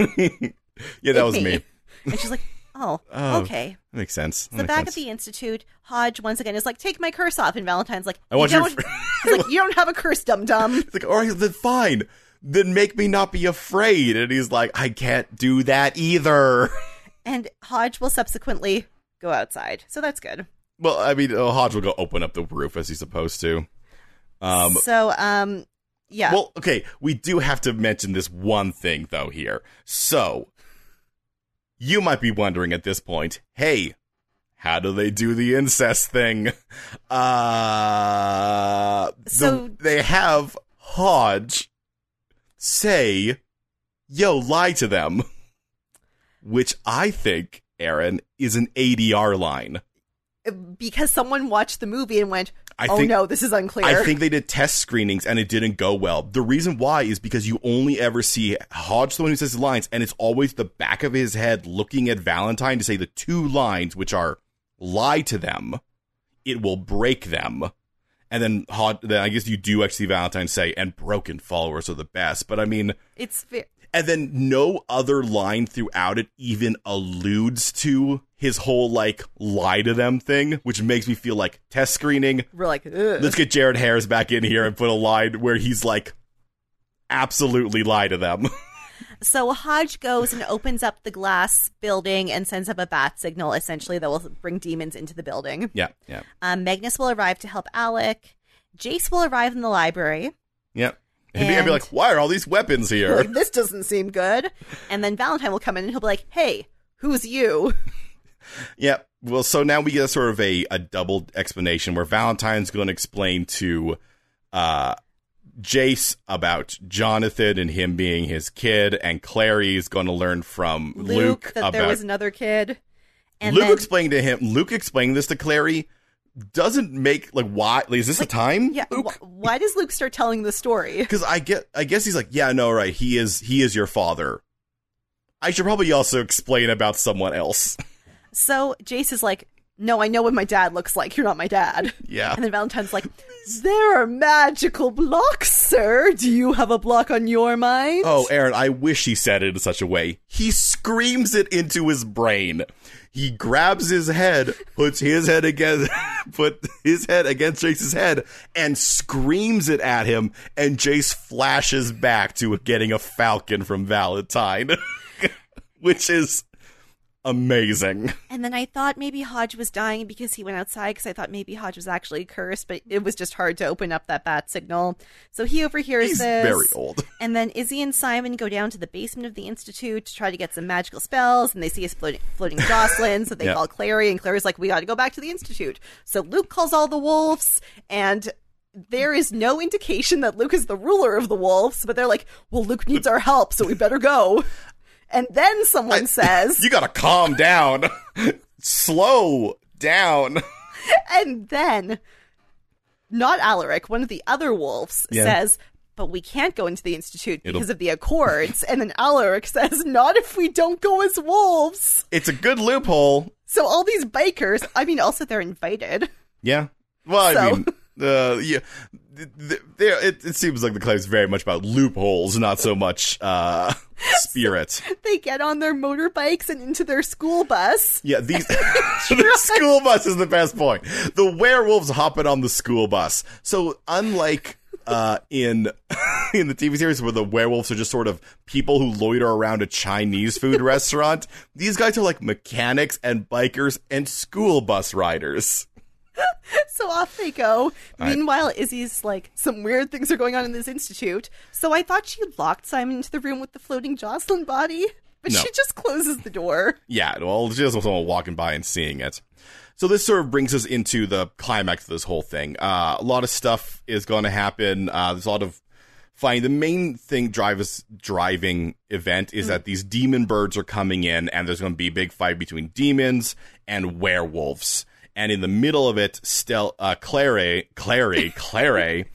Speaker 1: yeah, that was me.
Speaker 2: me. and she's like, oh,
Speaker 1: Oh,
Speaker 2: okay.
Speaker 1: That makes sense. That
Speaker 2: So
Speaker 1: makes
Speaker 2: back at
Speaker 1: sense.
Speaker 2: the institute, Hodge once again is like, take my curse off, and Valentine's like,
Speaker 1: I want
Speaker 2: you
Speaker 1: your
Speaker 2: don't. He's like, you don't have a curse, dum dum.
Speaker 1: It's like, all right, then fine. Then make me not be afraid. And he's like, I can't do that either.
Speaker 2: And Hodge will subsequently go outside. So that's good.
Speaker 1: Well, I mean, uh, Hodge will go open up the roof as he's supposed to. Um,
Speaker 2: so um yeah
Speaker 1: Well, okay, we do have to mention this one thing, though, here. So, you might be wondering at this point hey, how do they do the incest thing? Uh, the-
Speaker 2: So-
Speaker 1: they have Hodge say, yo, lie to them, which I think, Aaron, is an ADR line.
Speaker 2: because someone watched the movie and went
Speaker 1: I
Speaker 2: oh
Speaker 1: think-
Speaker 2: no this is unclear
Speaker 1: I think they did test screenings and it didn't go well. The reason why is because you only ever see Hodge the one who says the lines, and it's always the back of his head looking at Valentine to say the two lines, which are lie to them, it will break them. And then Hodge, then I guess you do actually see Valentine say, and broken followers are the best. But I mean,
Speaker 2: it's ve-
Speaker 1: and then no other line throughout it even alludes to his whole like lie to them thing, which makes me feel like test screening,
Speaker 2: we're like Ugh.
Speaker 1: Let's get Jared Harris back in here and put a line where he's like, absolutely lie to them.
Speaker 2: so hodge goes and opens up the glass building and sends up a bat signal essentially that will bring demons into the building
Speaker 1: yeah, yeah,
Speaker 2: um, magnus will arrive to help alec jace will arrive in the library
Speaker 1: yeah. And, he'd be
Speaker 2: And-
Speaker 1: like, why are all these weapons here?
Speaker 2: like this doesn't seem good and then valentine will come in and he'll be like hey who's you
Speaker 1: yeah. Well, so now we get sort of a, a double explanation where Valentine's going to explain to uh, Jace about Jonathan and him being his kid, and Clary is going to learn from Luke,
Speaker 2: that
Speaker 1: about
Speaker 2: there was another kid and
Speaker 1: Luke
Speaker 2: then
Speaker 1: explaining to him. Luke explaining this to Clary doesn't make like why like, is this a time?
Speaker 2: yeah
Speaker 1: Luke?
Speaker 2: wh- why does luke start telling the story
Speaker 1: because I get, I guess he's like, yeah, no, right. He is, he is your father. I should probably also explain about someone else.
Speaker 2: So Jace is like, no, I know what my dad looks like. You're not my dad.
Speaker 1: Yeah.
Speaker 2: And then Valentine's like, there are magical blocks, sir. Do you have a block on your mind?
Speaker 1: Oh, Aaron, I wish he said it in such a way. He screams it into his brain. He grabs his head, puts his head against put his head against Jace's head, and screams it at him, and Jace flashes back to getting a falcon from Valentine. Which is amazing.
Speaker 2: And then I thought maybe Hodge was dying because he went outside because I thought maybe Hodge was actually cursed, but it was just hard to open up that bat signal. So he overhears
Speaker 1: He's
Speaker 2: this.
Speaker 1: very old.
Speaker 2: And then Izzy and Simon go down to the basement of the institute to try to get some magical spells, and they see us floating, floating Jocelyn, so they
Speaker 1: Yeah.
Speaker 2: call Clary, and Clary's like, "We got to go back to the institute." So Luke calls all the wolves, and there is no indication that Luke is the ruler of the wolves, but they're like, "Well, Luke needs our help, so we better go." And then someone says,
Speaker 1: You gotta calm down. Slow down.
Speaker 2: And then, not Alaric, one of the other wolves
Speaker 1: Yeah.
Speaker 2: says, but we can't go into the institute
Speaker 1: It'll-
Speaker 2: because of the accords. and then Alaric says, not if we don't go as wolves.
Speaker 1: It's a good loophole.
Speaker 2: So all these bikers, I mean, also they're invited.
Speaker 1: Yeah. Well, I
Speaker 2: So-
Speaker 1: mean, uh, yeah, th- th- there- it, it seems like the claim's very much about loopholes, not so much uh, spirit.
Speaker 2: They get on their motorbikes and into their school bus.
Speaker 1: Yeah, these the school bus is the best point. The werewolves hopping on the school bus. So unlike uh, in in the TV series where the werewolves are just sort of people who loiter around a Chinese food restaurant, these guys are like mechanics and bikers and school bus riders.
Speaker 2: So off they go.
Speaker 1: All right.
Speaker 2: Meanwhile, Izzy's like, some weird things are going on in this institute. So I thought she locked Simon into the room with the floating Jocelyn body, but
Speaker 1: No.
Speaker 2: she just closes the door.
Speaker 1: Yeah, well, it's just someone walking by and seeing it. So this sort of brings us into the climax of this whole thing. Uh, a lot of stuff is going to happen. Uh, there's a lot of fighting. The main thing drive us driving event is that these demon birds are coming in, and there's going to be a big fight between demons and werewolves. And in the middle of it, Stel, uh, Clary, Clary, Clary,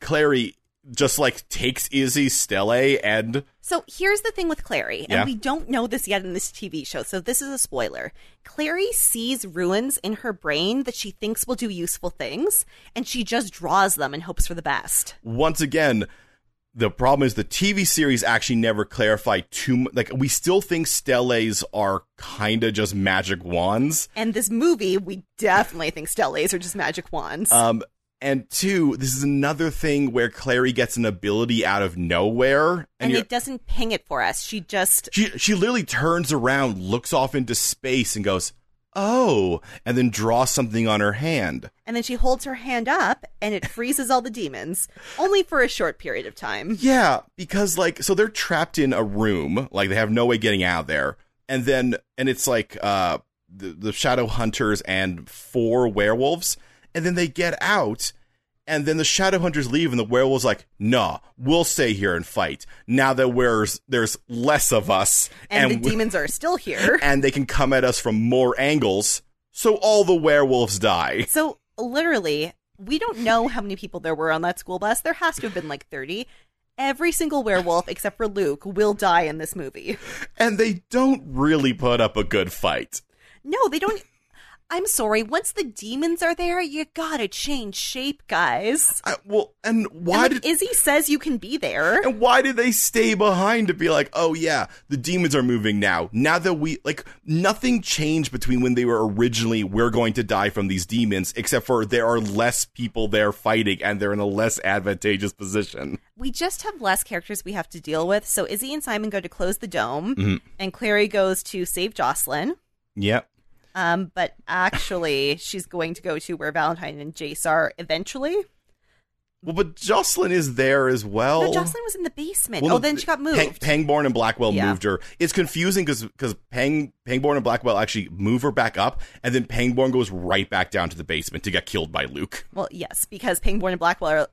Speaker 1: Clary just like takes Izzy, Stelle, and
Speaker 2: So here's the thing with Clary, and
Speaker 1: Yeah.
Speaker 2: we don't know this yet in this TV show, so this is a spoiler. Clary sees ruins in her brain that she thinks will do useful things, and she just draws them and hopes for the best.
Speaker 1: once again, the problem is the TV series actually never clarified too much. Like, we still think steles are kind of just magic wands.
Speaker 2: And this movie, we definitely think steles are just magic wands.
Speaker 1: Um, and two, this is another thing where Clary gets an ability out of nowhere.
Speaker 2: and
Speaker 1: you-
Speaker 2: it doesn't ping it for us. She just
Speaker 1: she, she literally turns around, looks off into space, and goes, Oh, and then draws something on her hand.
Speaker 2: and then she holds her hand up and it freezes all the demons. Only for a short period of time.
Speaker 1: Yeah, because like so they're trapped in a room, like they have no way getting out of there. And then and it's like uh the, the shadow hunters and four werewolves, and then they get out and then the shadow hunters leave and the werewolves like, "Nah, we'll stay here and fight. Now that where's there's less of us
Speaker 2: And, the
Speaker 1: we-
Speaker 2: demons are still here.
Speaker 1: and they can come at us from more angles." So all the werewolves die.
Speaker 2: So literally, we don't know how many people there were on that school bus. There has to have been like 30. Every single werewolf except for Luke will die in this movie.
Speaker 1: And they don't really put up a good fight.
Speaker 2: No, they don't e-, I'm sorry, once the demons are there, you got to change shape, guys.
Speaker 1: I, well, and
Speaker 2: And,
Speaker 1: why
Speaker 2: like,
Speaker 1: did
Speaker 2: Izzy says you can be there.
Speaker 1: And why did they stay behind to be like, oh yeah, the demons are moving now? Now that we like nothing changed between when they were originally we're going to die from these demons, except for there are less people there fighting and they're in a less advantageous position.
Speaker 2: We just have less characters we have to deal with. So Izzy and Simon go to close the dome
Speaker 1: Mm-hmm.
Speaker 2: and Clary goes to save Jocelyn.
Speaker 1: Yep.
Speaker 2: Um, but actually, she's going to go to where Valentine and Jace are eventually.
Speaker 1: Well, but Jocelyn is there as well.
Speaker 2: No, Jocelyn was in the basement.
Speaker 1: Oh. Well,
Speaker 2: oh, then she got moved.
Speaker 1: Pang, Pangborn and Blackwell
Speaker 2: Yeah.
Speaker 1: moved her. It's confusing because Pang Pangborn and Blackwell actually move her back up, and then Pangborn goes right back down to the basement to get killed by Luke.
Speaker 2: well, yes, because Pangborn and Blackwell are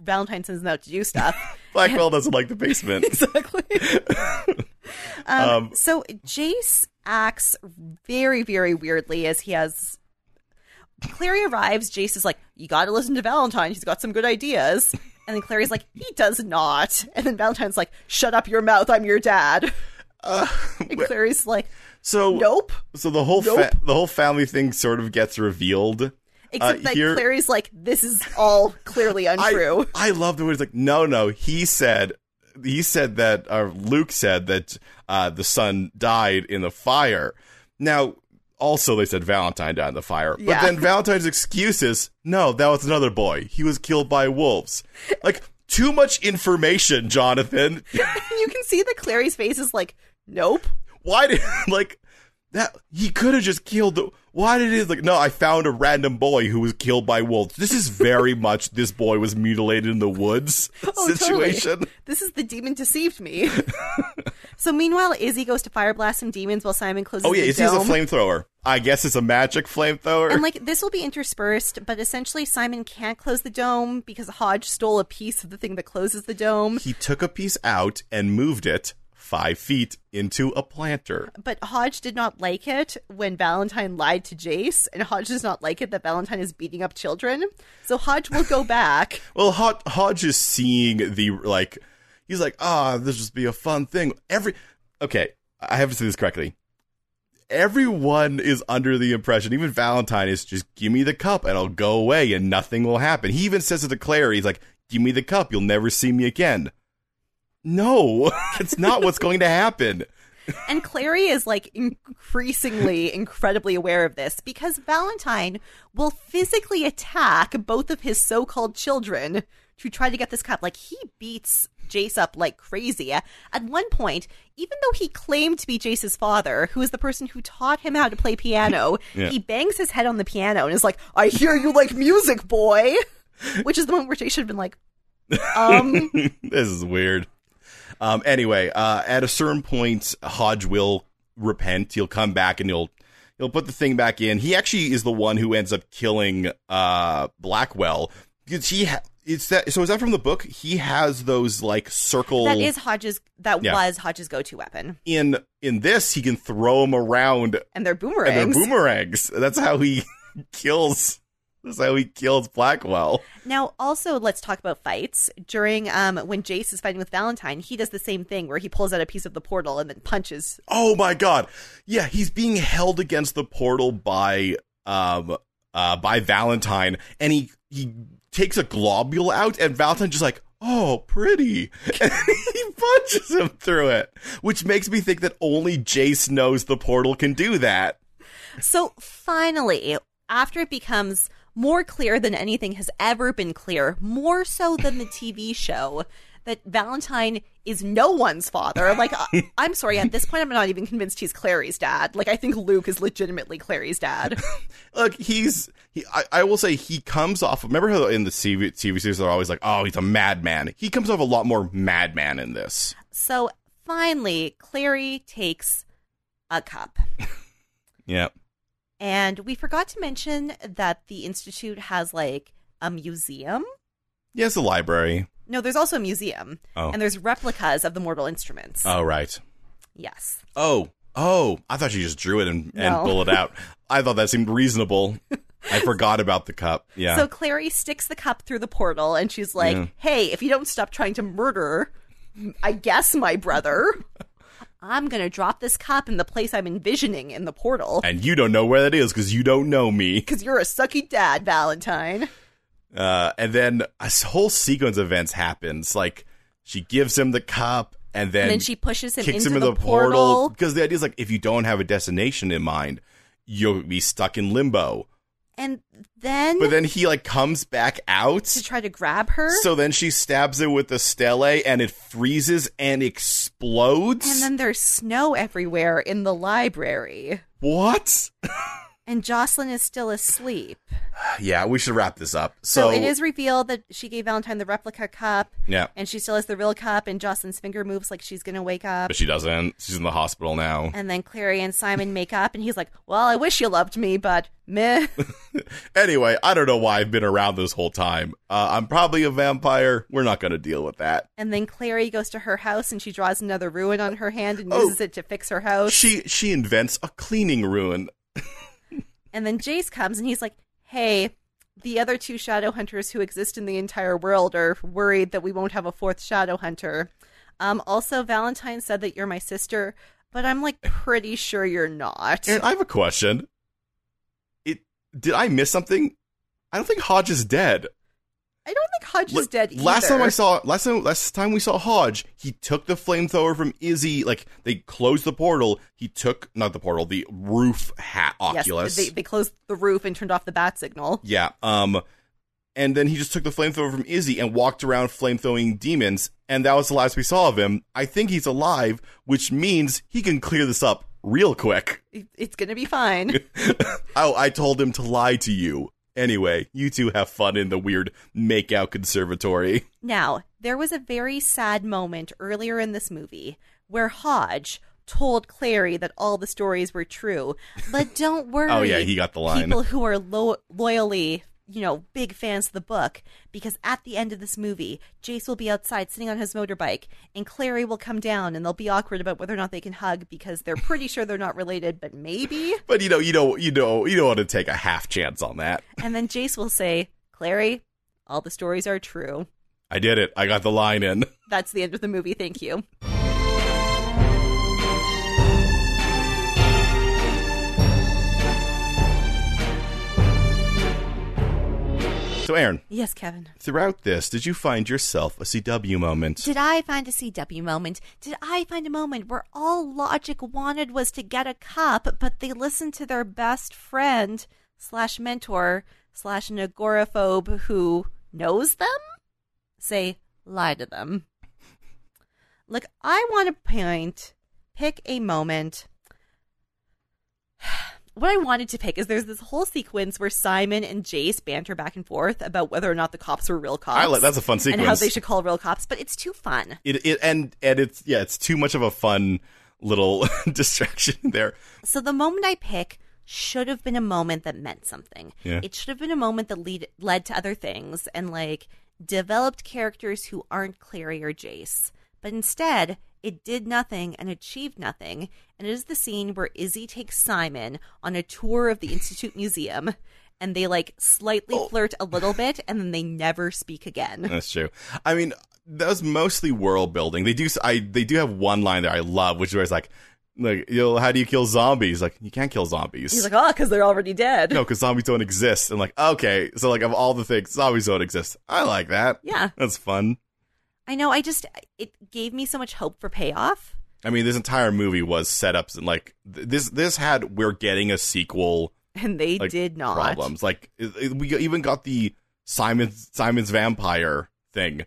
Speaker 2: Valentine sends them out to do stuff.
Speaker 1: Blackwell doesn't like the basement.
Speaker 2: exactly. um, so Jace acts very, very weirdly as he has. Clary arrives. Jace is like, "You got to listen to Valentine. He's got some good ideas." And then Clary's like, "He does not." And then Valentine's like, "Shut up your mouth. I'm your dad."
Speaker 1: Uh,
Speaker 2: And Clary's like,
Speaker 1: So
Speaker 2: Nope.
Speaker 1: so the whole fa- the whole family thing sort of gets revealed.
Speaker 2: Except
Speaker 1: Uh,
Speaker 2: that
Speaker 1: here-
Speaker 2: Clary's like, this is all clearly untrue.
Speaker 1: I, I love the way he's like, no, no. He said, he said that, or Luke said that uh, the son died in the fire. Now, also, they said Valentine died in the fire.
Speaker 2: Yeah.
Speaker 1: But then Valentine's excuse is, no, that was another boy. He was killed by wolves. Like, too much information, Jonathan.
Speaker 2: you can see that Clary's face is like, nope.
Speaker 1: Why did, like, that, he could have just killed the. Why did he, like, no, I found a random boy who was killed by wolves. This is very much this boy was mutilated in the woods
Speaker 2: Oh, totally.
Speaker 1: situation.
Speaker 2: This is the demon deceived me. so meanwhile, Izzy goes to fire blast some demons while Simon closes.
Speaker 1: Oh yeah,
Speaker 2: the
Speaker 1: it's he's a
Speaker 2: dome.
Speaker 1: flamethrower. I guess it's a magic flamethrower.
Speaker 2: And like this will be interspersed, but essentially Simon can't close the dome because Hodge stole a piece of the thing that closes the dome.
Speaker 1: he took a piece out and moved it five feet into a planter.
Speaker 2: But Hodge did not like it when Valentine lied to Jace, and Hodge does not like it that Valentine is beating up children. So Hodge will go back.
Speaker 1: Well, Hod- Hodge is seeing the like. He's like, ah, this just be a fun thing. Every okay, I have to say this correctly. Everyone is under the impression, even Valentine is just give me the cup and I'll go away and nothing will happen. He even says it to Claire, he's like, give me the cup, you'll never see me again. No, it's not what's going to happen.
Speaker 2: And Clary is like increasingly, incredibly aware of this because Valentine will physically attack both of his so called children to try to get this cup. Like he beats Jace up like crazy. At one point, even though he claimed to be Jace's father, who is the person who taught him how to play piano,
Speaker 1: Yeah.
Speaker 2: he bangs his head on the piano and is like, I hear you like music, boy. Which is the moment where Jace should have been like, um,
Speaker 1: this is weird. Um, anyway, uh, at a certain point, Hodge will repent. He'll come back and he'll he'll put the thing back in. He actually is the one who ends up killing uh, Blackwell because he ha- it's that. So is that from the book? He has those like circle
Speaker 2: that is Hodges, that
Speaker 1: Oh. Yeah.
Speaker 2: was Hodges' go to weapon.
Speaker 1: in in this. He can throw them around
Speaker 2: And they're boomerangs.
Speaker 1: and they're boomerangs. That's how he kills. That's how he kills Blackwell.
Speaker 2: Now, also, let's talk about fights. During um, when Jace is fighting with Valentine, he does the same thing where he pulls out a piece of the portal and then punches.
Speaker 1: Oh my god. Yeah, he's being held against the portal by um uh by Valentine and he he takes a globule out and Valentine just like, "Oh, pretty." And he punches him through it, which makes me think that only Jace knows the portal can do that.
Speaker 2: So finally, after it becomes more clear than anything has ever been clear, more so than the TV show, that Valentine is no one's father. Like, I- I'm sorry, at this point, I'm not even convinced he's Clary's dad. Like, I think Luke is legitimately Clary's dad.
Speaker 1: Look, he's he, I, I will say he comes off. Remember how in the TV, TV series they're always like, "Oh, he's a madman." He comes off a lot more madman in this.
Speaker 2: So finally, Clary takes a cup.
Speaker 1: Yeah.
Speaker 2: And we forgot to mention that the institute has like a museum.
Speaker 1: He has a library.
Speaker 2: No, there's also a museum,
Speaker 1: Oh.
Speaker 2: and there's replicas of the mortal instruments.
Speaker 1: Oh, right.
Speaker 2: yes,
Speaker 1: Oh, oh! I thought you just drew it and,
Speaker 2: No.
Speaker 1: and pull it out. I thought that seemed reasonable. I forgot about the cup. Yeah.
Speaker 2: So Clary sticks the cup through the portal, and she's like,
Speaker 1: Yeah.
Speaker 2: "Hey, if you don't stop trying to murder, I guess my brother, I'm gonna drop this cup in the place I'm envisioning in the portal."
Speaker 1: and you don't know where that is because you don't know me.
Speaker 2: Because you're a sucky dad, Valentine.
Speaker 1: Uh, and then a s- whole sequence of events happens. Like she gives him the cup, and then,
Speaker 2: And, then she pushes him
Speaker 1: kicks
Speaker 2: into
Speaker 1: him in
Speaker 2: the, portal.
Speaker 1: Because the idea is like if you don't have a destination in mind, you'll be stuck in limbo.
Speaker 2: And then,
Speaker 1: But then he like comes back out.
Speaker 2: to try to grab her.
Speaker 1: So then she stabs it with the stele, and it freezes and explodes.
Speaker 2: And then there's snow everywhere in the library.
Speaker 1: what?
Speaker 2: And Jocelyn is still asleep.
Speaker 1: Yeah, we should wrap this up.
Speaker 2: So,
Speaker 1: So,
Speaker 2: it is revealed that she gave Valentine the replica cup
Speaker 1: Yeah,
Speaker 2: and she still has the real cup and Jocelyn's finger moves like she's going to wake up.
Speaker 1: but she doesn't. She's in the hospital now.
Speaker 2: And then Clary and Simon make up and he's like, "Well, I wish you loved me, but meh."
Speaker 1: Anyway, I don't know why I've been around this whole time. Uh, I'm probably a vampire. We're not going to deal with that.
Speaker 2: and then Clary goes to her house and she draws another ruin on her hand and
Speaker 1: Oh.
Speaker 2: uses it to fix her house.
Speaker 1: She she invents a cleaning ruin.
Speaker 2: And then Jace comes and he's like, "Hey, the other two shadow hunters who exist in the entire world are worried that we won't have a fourth shadow hunter. Um, also, Valentine said that you're my sister. But I'm like pretty sure you're not.
Speaker 1: And I have a question. It did I miss something? I don't think Hodge is dead.
Speaker 2: I don't think Hodge
Speaker 1: Look,
Speaker 2: is dead either.
Speaker 1: Last time I saw, last time, last time we saw Hodge, he took the flamethrower from Izzy. Like they closed the portal. He took not the portal, the roof hat Oculus.
Speaker 2: Yes, they, they closed the roof and turned off the bat signal.
Speaker 1: yeah. Um, and then he just took the flamethrower from Izzy and walked around flamethrowing demons. And that was the last we saw of him. I think he's alive, which means he can clear this up real quick.
Speaker 2: It- It's gonna be fine.
Speaker 1: oh, I told him to lie to you. Anyway, you two have fun in the weird makeout conservatory.
Speaker 2: Now, there was a very sad moment earlier in this movie where Hodge told Clary that all the stories were true. But don't worry.
Speaker 1: Oh yeah, he got the line.
Speaker 2: People who are lo- loyally, you know, big fans of the book, because at the end of this movie, Jace will be outside sitting on his motorbike, and Clary will come down, and they'll be awkward about whether or not they can hug because they're pretty sure they're not related, but maybe.
Speaker 1: But you know, you know, you know, you don't want to take a half chance on that.
Speaker 2: And then Jace will say, Clary, all the stories are true.
Speaker 1: I did it. I got the line in.
Speaker 2: That's the end of the movie. Thank you.
Speaker 1: So, Aaron,
Speaker 2: Yes, Kevin.
Speaker 1: throughout this, did you find yourself a CW moment?
Speaker 2: Did I find a CW moment? Did I find a moment where all logic wanted was to get a cup, but they listened to their best friend slash mentor slash an agoraphobe who knows them? Say, lie to them. Look, I want to point, pick a moment. What I wanted to pick is there's this whole sequence where Simon and Jace banter back and forth about whether or not the cops were real cops.
Speaker 1: I like that's a fun sequence.
Speaker 2: And how they should call real cops, but it's too fun.
Speaker 1: it, it and and it's yeah, it's too much of a fun little distraction there.
Speaker 2: So the moment I pick should have been a moment that meant something.
Speaker 1: Yeah.
Speaker 2: It should have been a moment that lead, led to other things and like developed characters who aren't Clary or Jace. But instead, it did nothing and achieved nothing. And it is the scene where Izzy takes Simon on a tour of the Institute Museum and they like slightly
Speaker 1: Oh.
Speaker 2: flirt a little bit and then they never speak again.
Speaker 1: That's true. I mean, that was mostly world building. They do I they do have one line there I love, which is where it's like, like you know, how do you kill zombies? Like you can't kill zombies.
Speaker 2: He's like, oh, because they're already dead.
Speaker 1: no, because zombies don't exist. And like, okay, so like of all the things, zombies don't exist. I like that.
Speaker 2: Yeah.
Speaker 1: That's fun.
Speaker 2: I know. I just it gave me so much hope for payoff.
Speaker 1: I mean, this entire movie was setups and like th- this. This had we're getting a sequel
Speaker 2: And they
Speaker 1: like,
Speaker 2: did not.
Speaker 1: problems. Like it, it- we even got the Simon Simon's vampire thing.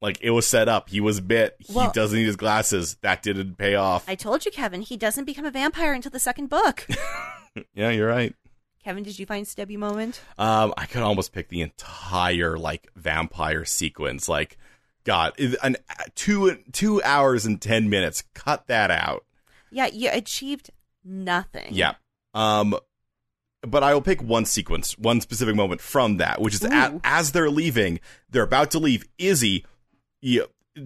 Speaker 1: Like it was set up. He was bit. He
Speaker 2: Well-
Speaker 1: doesn't need his glasses. That didn't pay off.
Speaker 2: I told you, Kevin, he doesn't become a vampire until the second book.
Speaker 1: yeah, you're right.
Speaker 2: Kevin, did you find Stebby moment?
Speaker 1: Um, I could almost pick the entire like vampire sequence. Like, God, it- an two two hours and ten minutes. Cut that out.
Speaker 2: Yeah, you achieved nothing.
Speaker 1: Yeah. Um, but I will pick one sequence, one specific moment from that, which is at,
Speaker 2: Ooh.
Speaker 1: as they're leaving, they're about to leave. Izzy, yeah,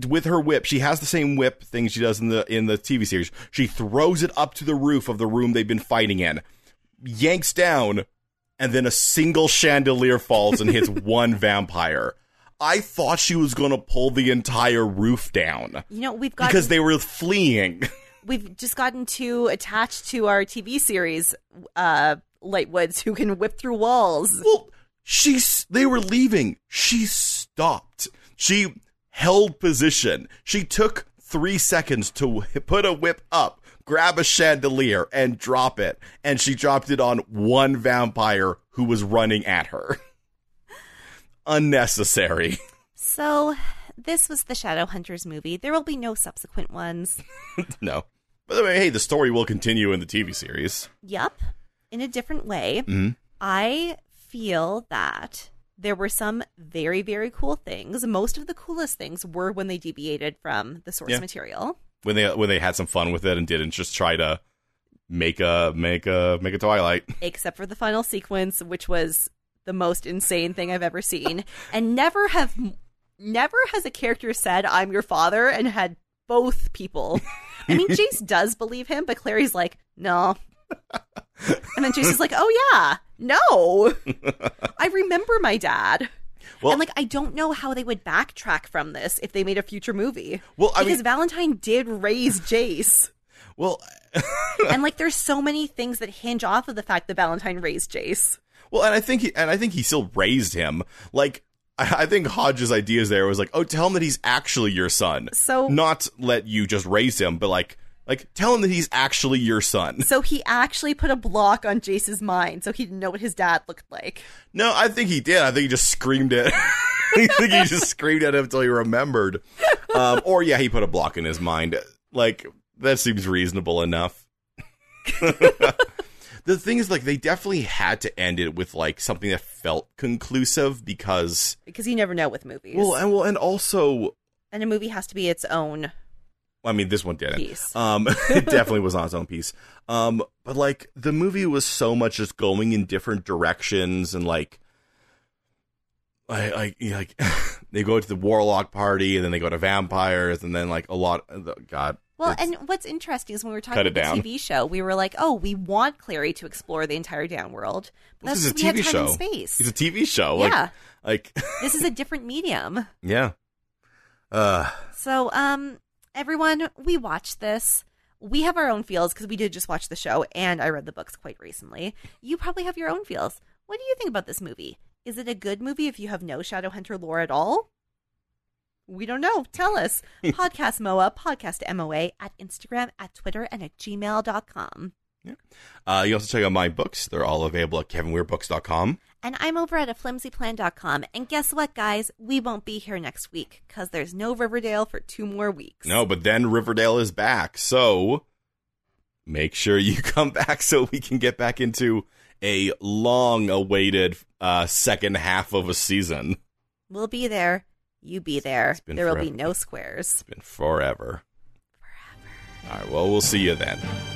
Speaker 1: with her whip, she has the same whip thing she does in the in the TV series. She throws it up to the roof of the room they've been fighting in, yanks down, and then a single chandelier falls and hits one vampire. I thought she was going to pull the entire roof down
Speaker 2: You know, we've got
Speaker 1: because they were fleeing.
Speaker 2: we've just gotten too attached to our TV series, uh, Lightwoods, who can whip through walls.
Speaker 1: Well, she s- they were leaving. She stopped. She held position. She took 3 seconds to wh- put a whip up, grab a chandelier and drop it. And she dropped it on one vampire who was running at her. Unnecessary.
Speaker 2: So, this was the Shadowhunters movie. There will be no subsequent ones.
Speaker 1: no. By the way, hey, the story will continue in the TV series.
Speaker 2: Yep. In a different way.
Speaker 1: Mhm.
Speaker 2: I feel that there were some very, very cool things. Most of the coolest things were when they deviated from the source
Speaker 1: Yeah.
Speaker 2: material.
Speaker 1: When they when they had some fun with it and didn't just try to make a make a make a Twilight.
Speaker 2: except for the final sequence, which was the most insane thing I've ever seen. and never have, never has a character said, I'm your father, and had both people. I mean, Jace does believe him, but Clary's like, no. And then Jace is like, oh, yeah, no. I remember my dad.
Speaker 1: Well-
Speaker 2: and like, I don't know how they would backtrack from this if they made a future movie.
Speaker 1: Well, I mean-
Speaker 2: because Valentine did raise Jace.
Speaker 1: Well,
Speaker 2: and like there's so many things that hinge off of the fact that Valentine raised Jace.
Speaker 1: well, and I think he, and I think he still raised him. Like I, I think Hodges' ideas there was like, oh, tell him that he's actually your son,
Speaker 2: So
Speaker 1: not let you just raise him, but like, like tell him that he's actually your son.
Speaker 2: so he actually put a block on Jace's mind so he didn't know what his dad looked like.
Speaker 1: No, I think he did. I think he just screamed at. I think he just screamed at him until he remembered. Um, or yeah, he put a block in his mind. Like that seems reasonable enough. the thing is, like, they definitely had to end it with like something that felt conclusive because
Speaker 2: Because you never know with movies.
Speaker 1: well, and well, and also,
Speaker 2: and a movie has to be its own
Speaker 1: I mean, this one didn't.
Speaker 2: piece.
Speaker 1: Um, it definitely was on its own piece. Um, but like the movie was so much just going in different directions and like, I, I you know, like they go to the warlock party and then they go to vampires and then like a lot. uh, the- God,
Speaker 2: Well,
Speaker 1: it's-
Speaker 2: and what's interesting is when we were
Speaker 1: Cut
Speaker 2: talking
Speaker 1: it
Speaker 2: about
Speaker 1: down.
Speaker 2: the TV show, we were like, "Oh, we want Clary to explore the entire Down world." But
Speaker 1: this
Speaker 2: that's
Speaker 1: is a
Speaker 2: because we
Speaker 1: TV
Speaker 2: had time
Speaker 1: show.
Speaker 2: and space.
Speaker 1: It's a TV show.
Speaker 2: Yeah.
Speaker 1: Like, like
Speaker 2: this is a different medium.
Speaker 1: yeah. Uh,
Speaker 2: So, um, everyone, we watched this. We have our own feels because we did just watch the show, and I read the books quite recently. You probably have your own feels. What do you think about this movie? Is it a good movie if you have no Shadowhunter lore at all? We don't know. Tell us. Podcast MOA, podcast MOA at Instagram, at Twitter, and at gmail.com.
Speaker 1: uh, you also check out my books. They're all available at kevinweirbooks.com.
Speaker 2: And I'm over at a flimsyplan.com. And guess what, guys? We won't be here next week because there's no Riverdale for two more weeks.
Speaker 1: No, but then Riverdale is back. So make sure you come back so we can get back into a long awaited uh, second half of a season.
Speaker 2: We'll be there. You be there.
Speaker 1: been
Speaker 2: There will be
Speaker 1: forever.
Speaker 2: no squares.
Speaker 1: It's been forever. All right. Well, we'll see you then.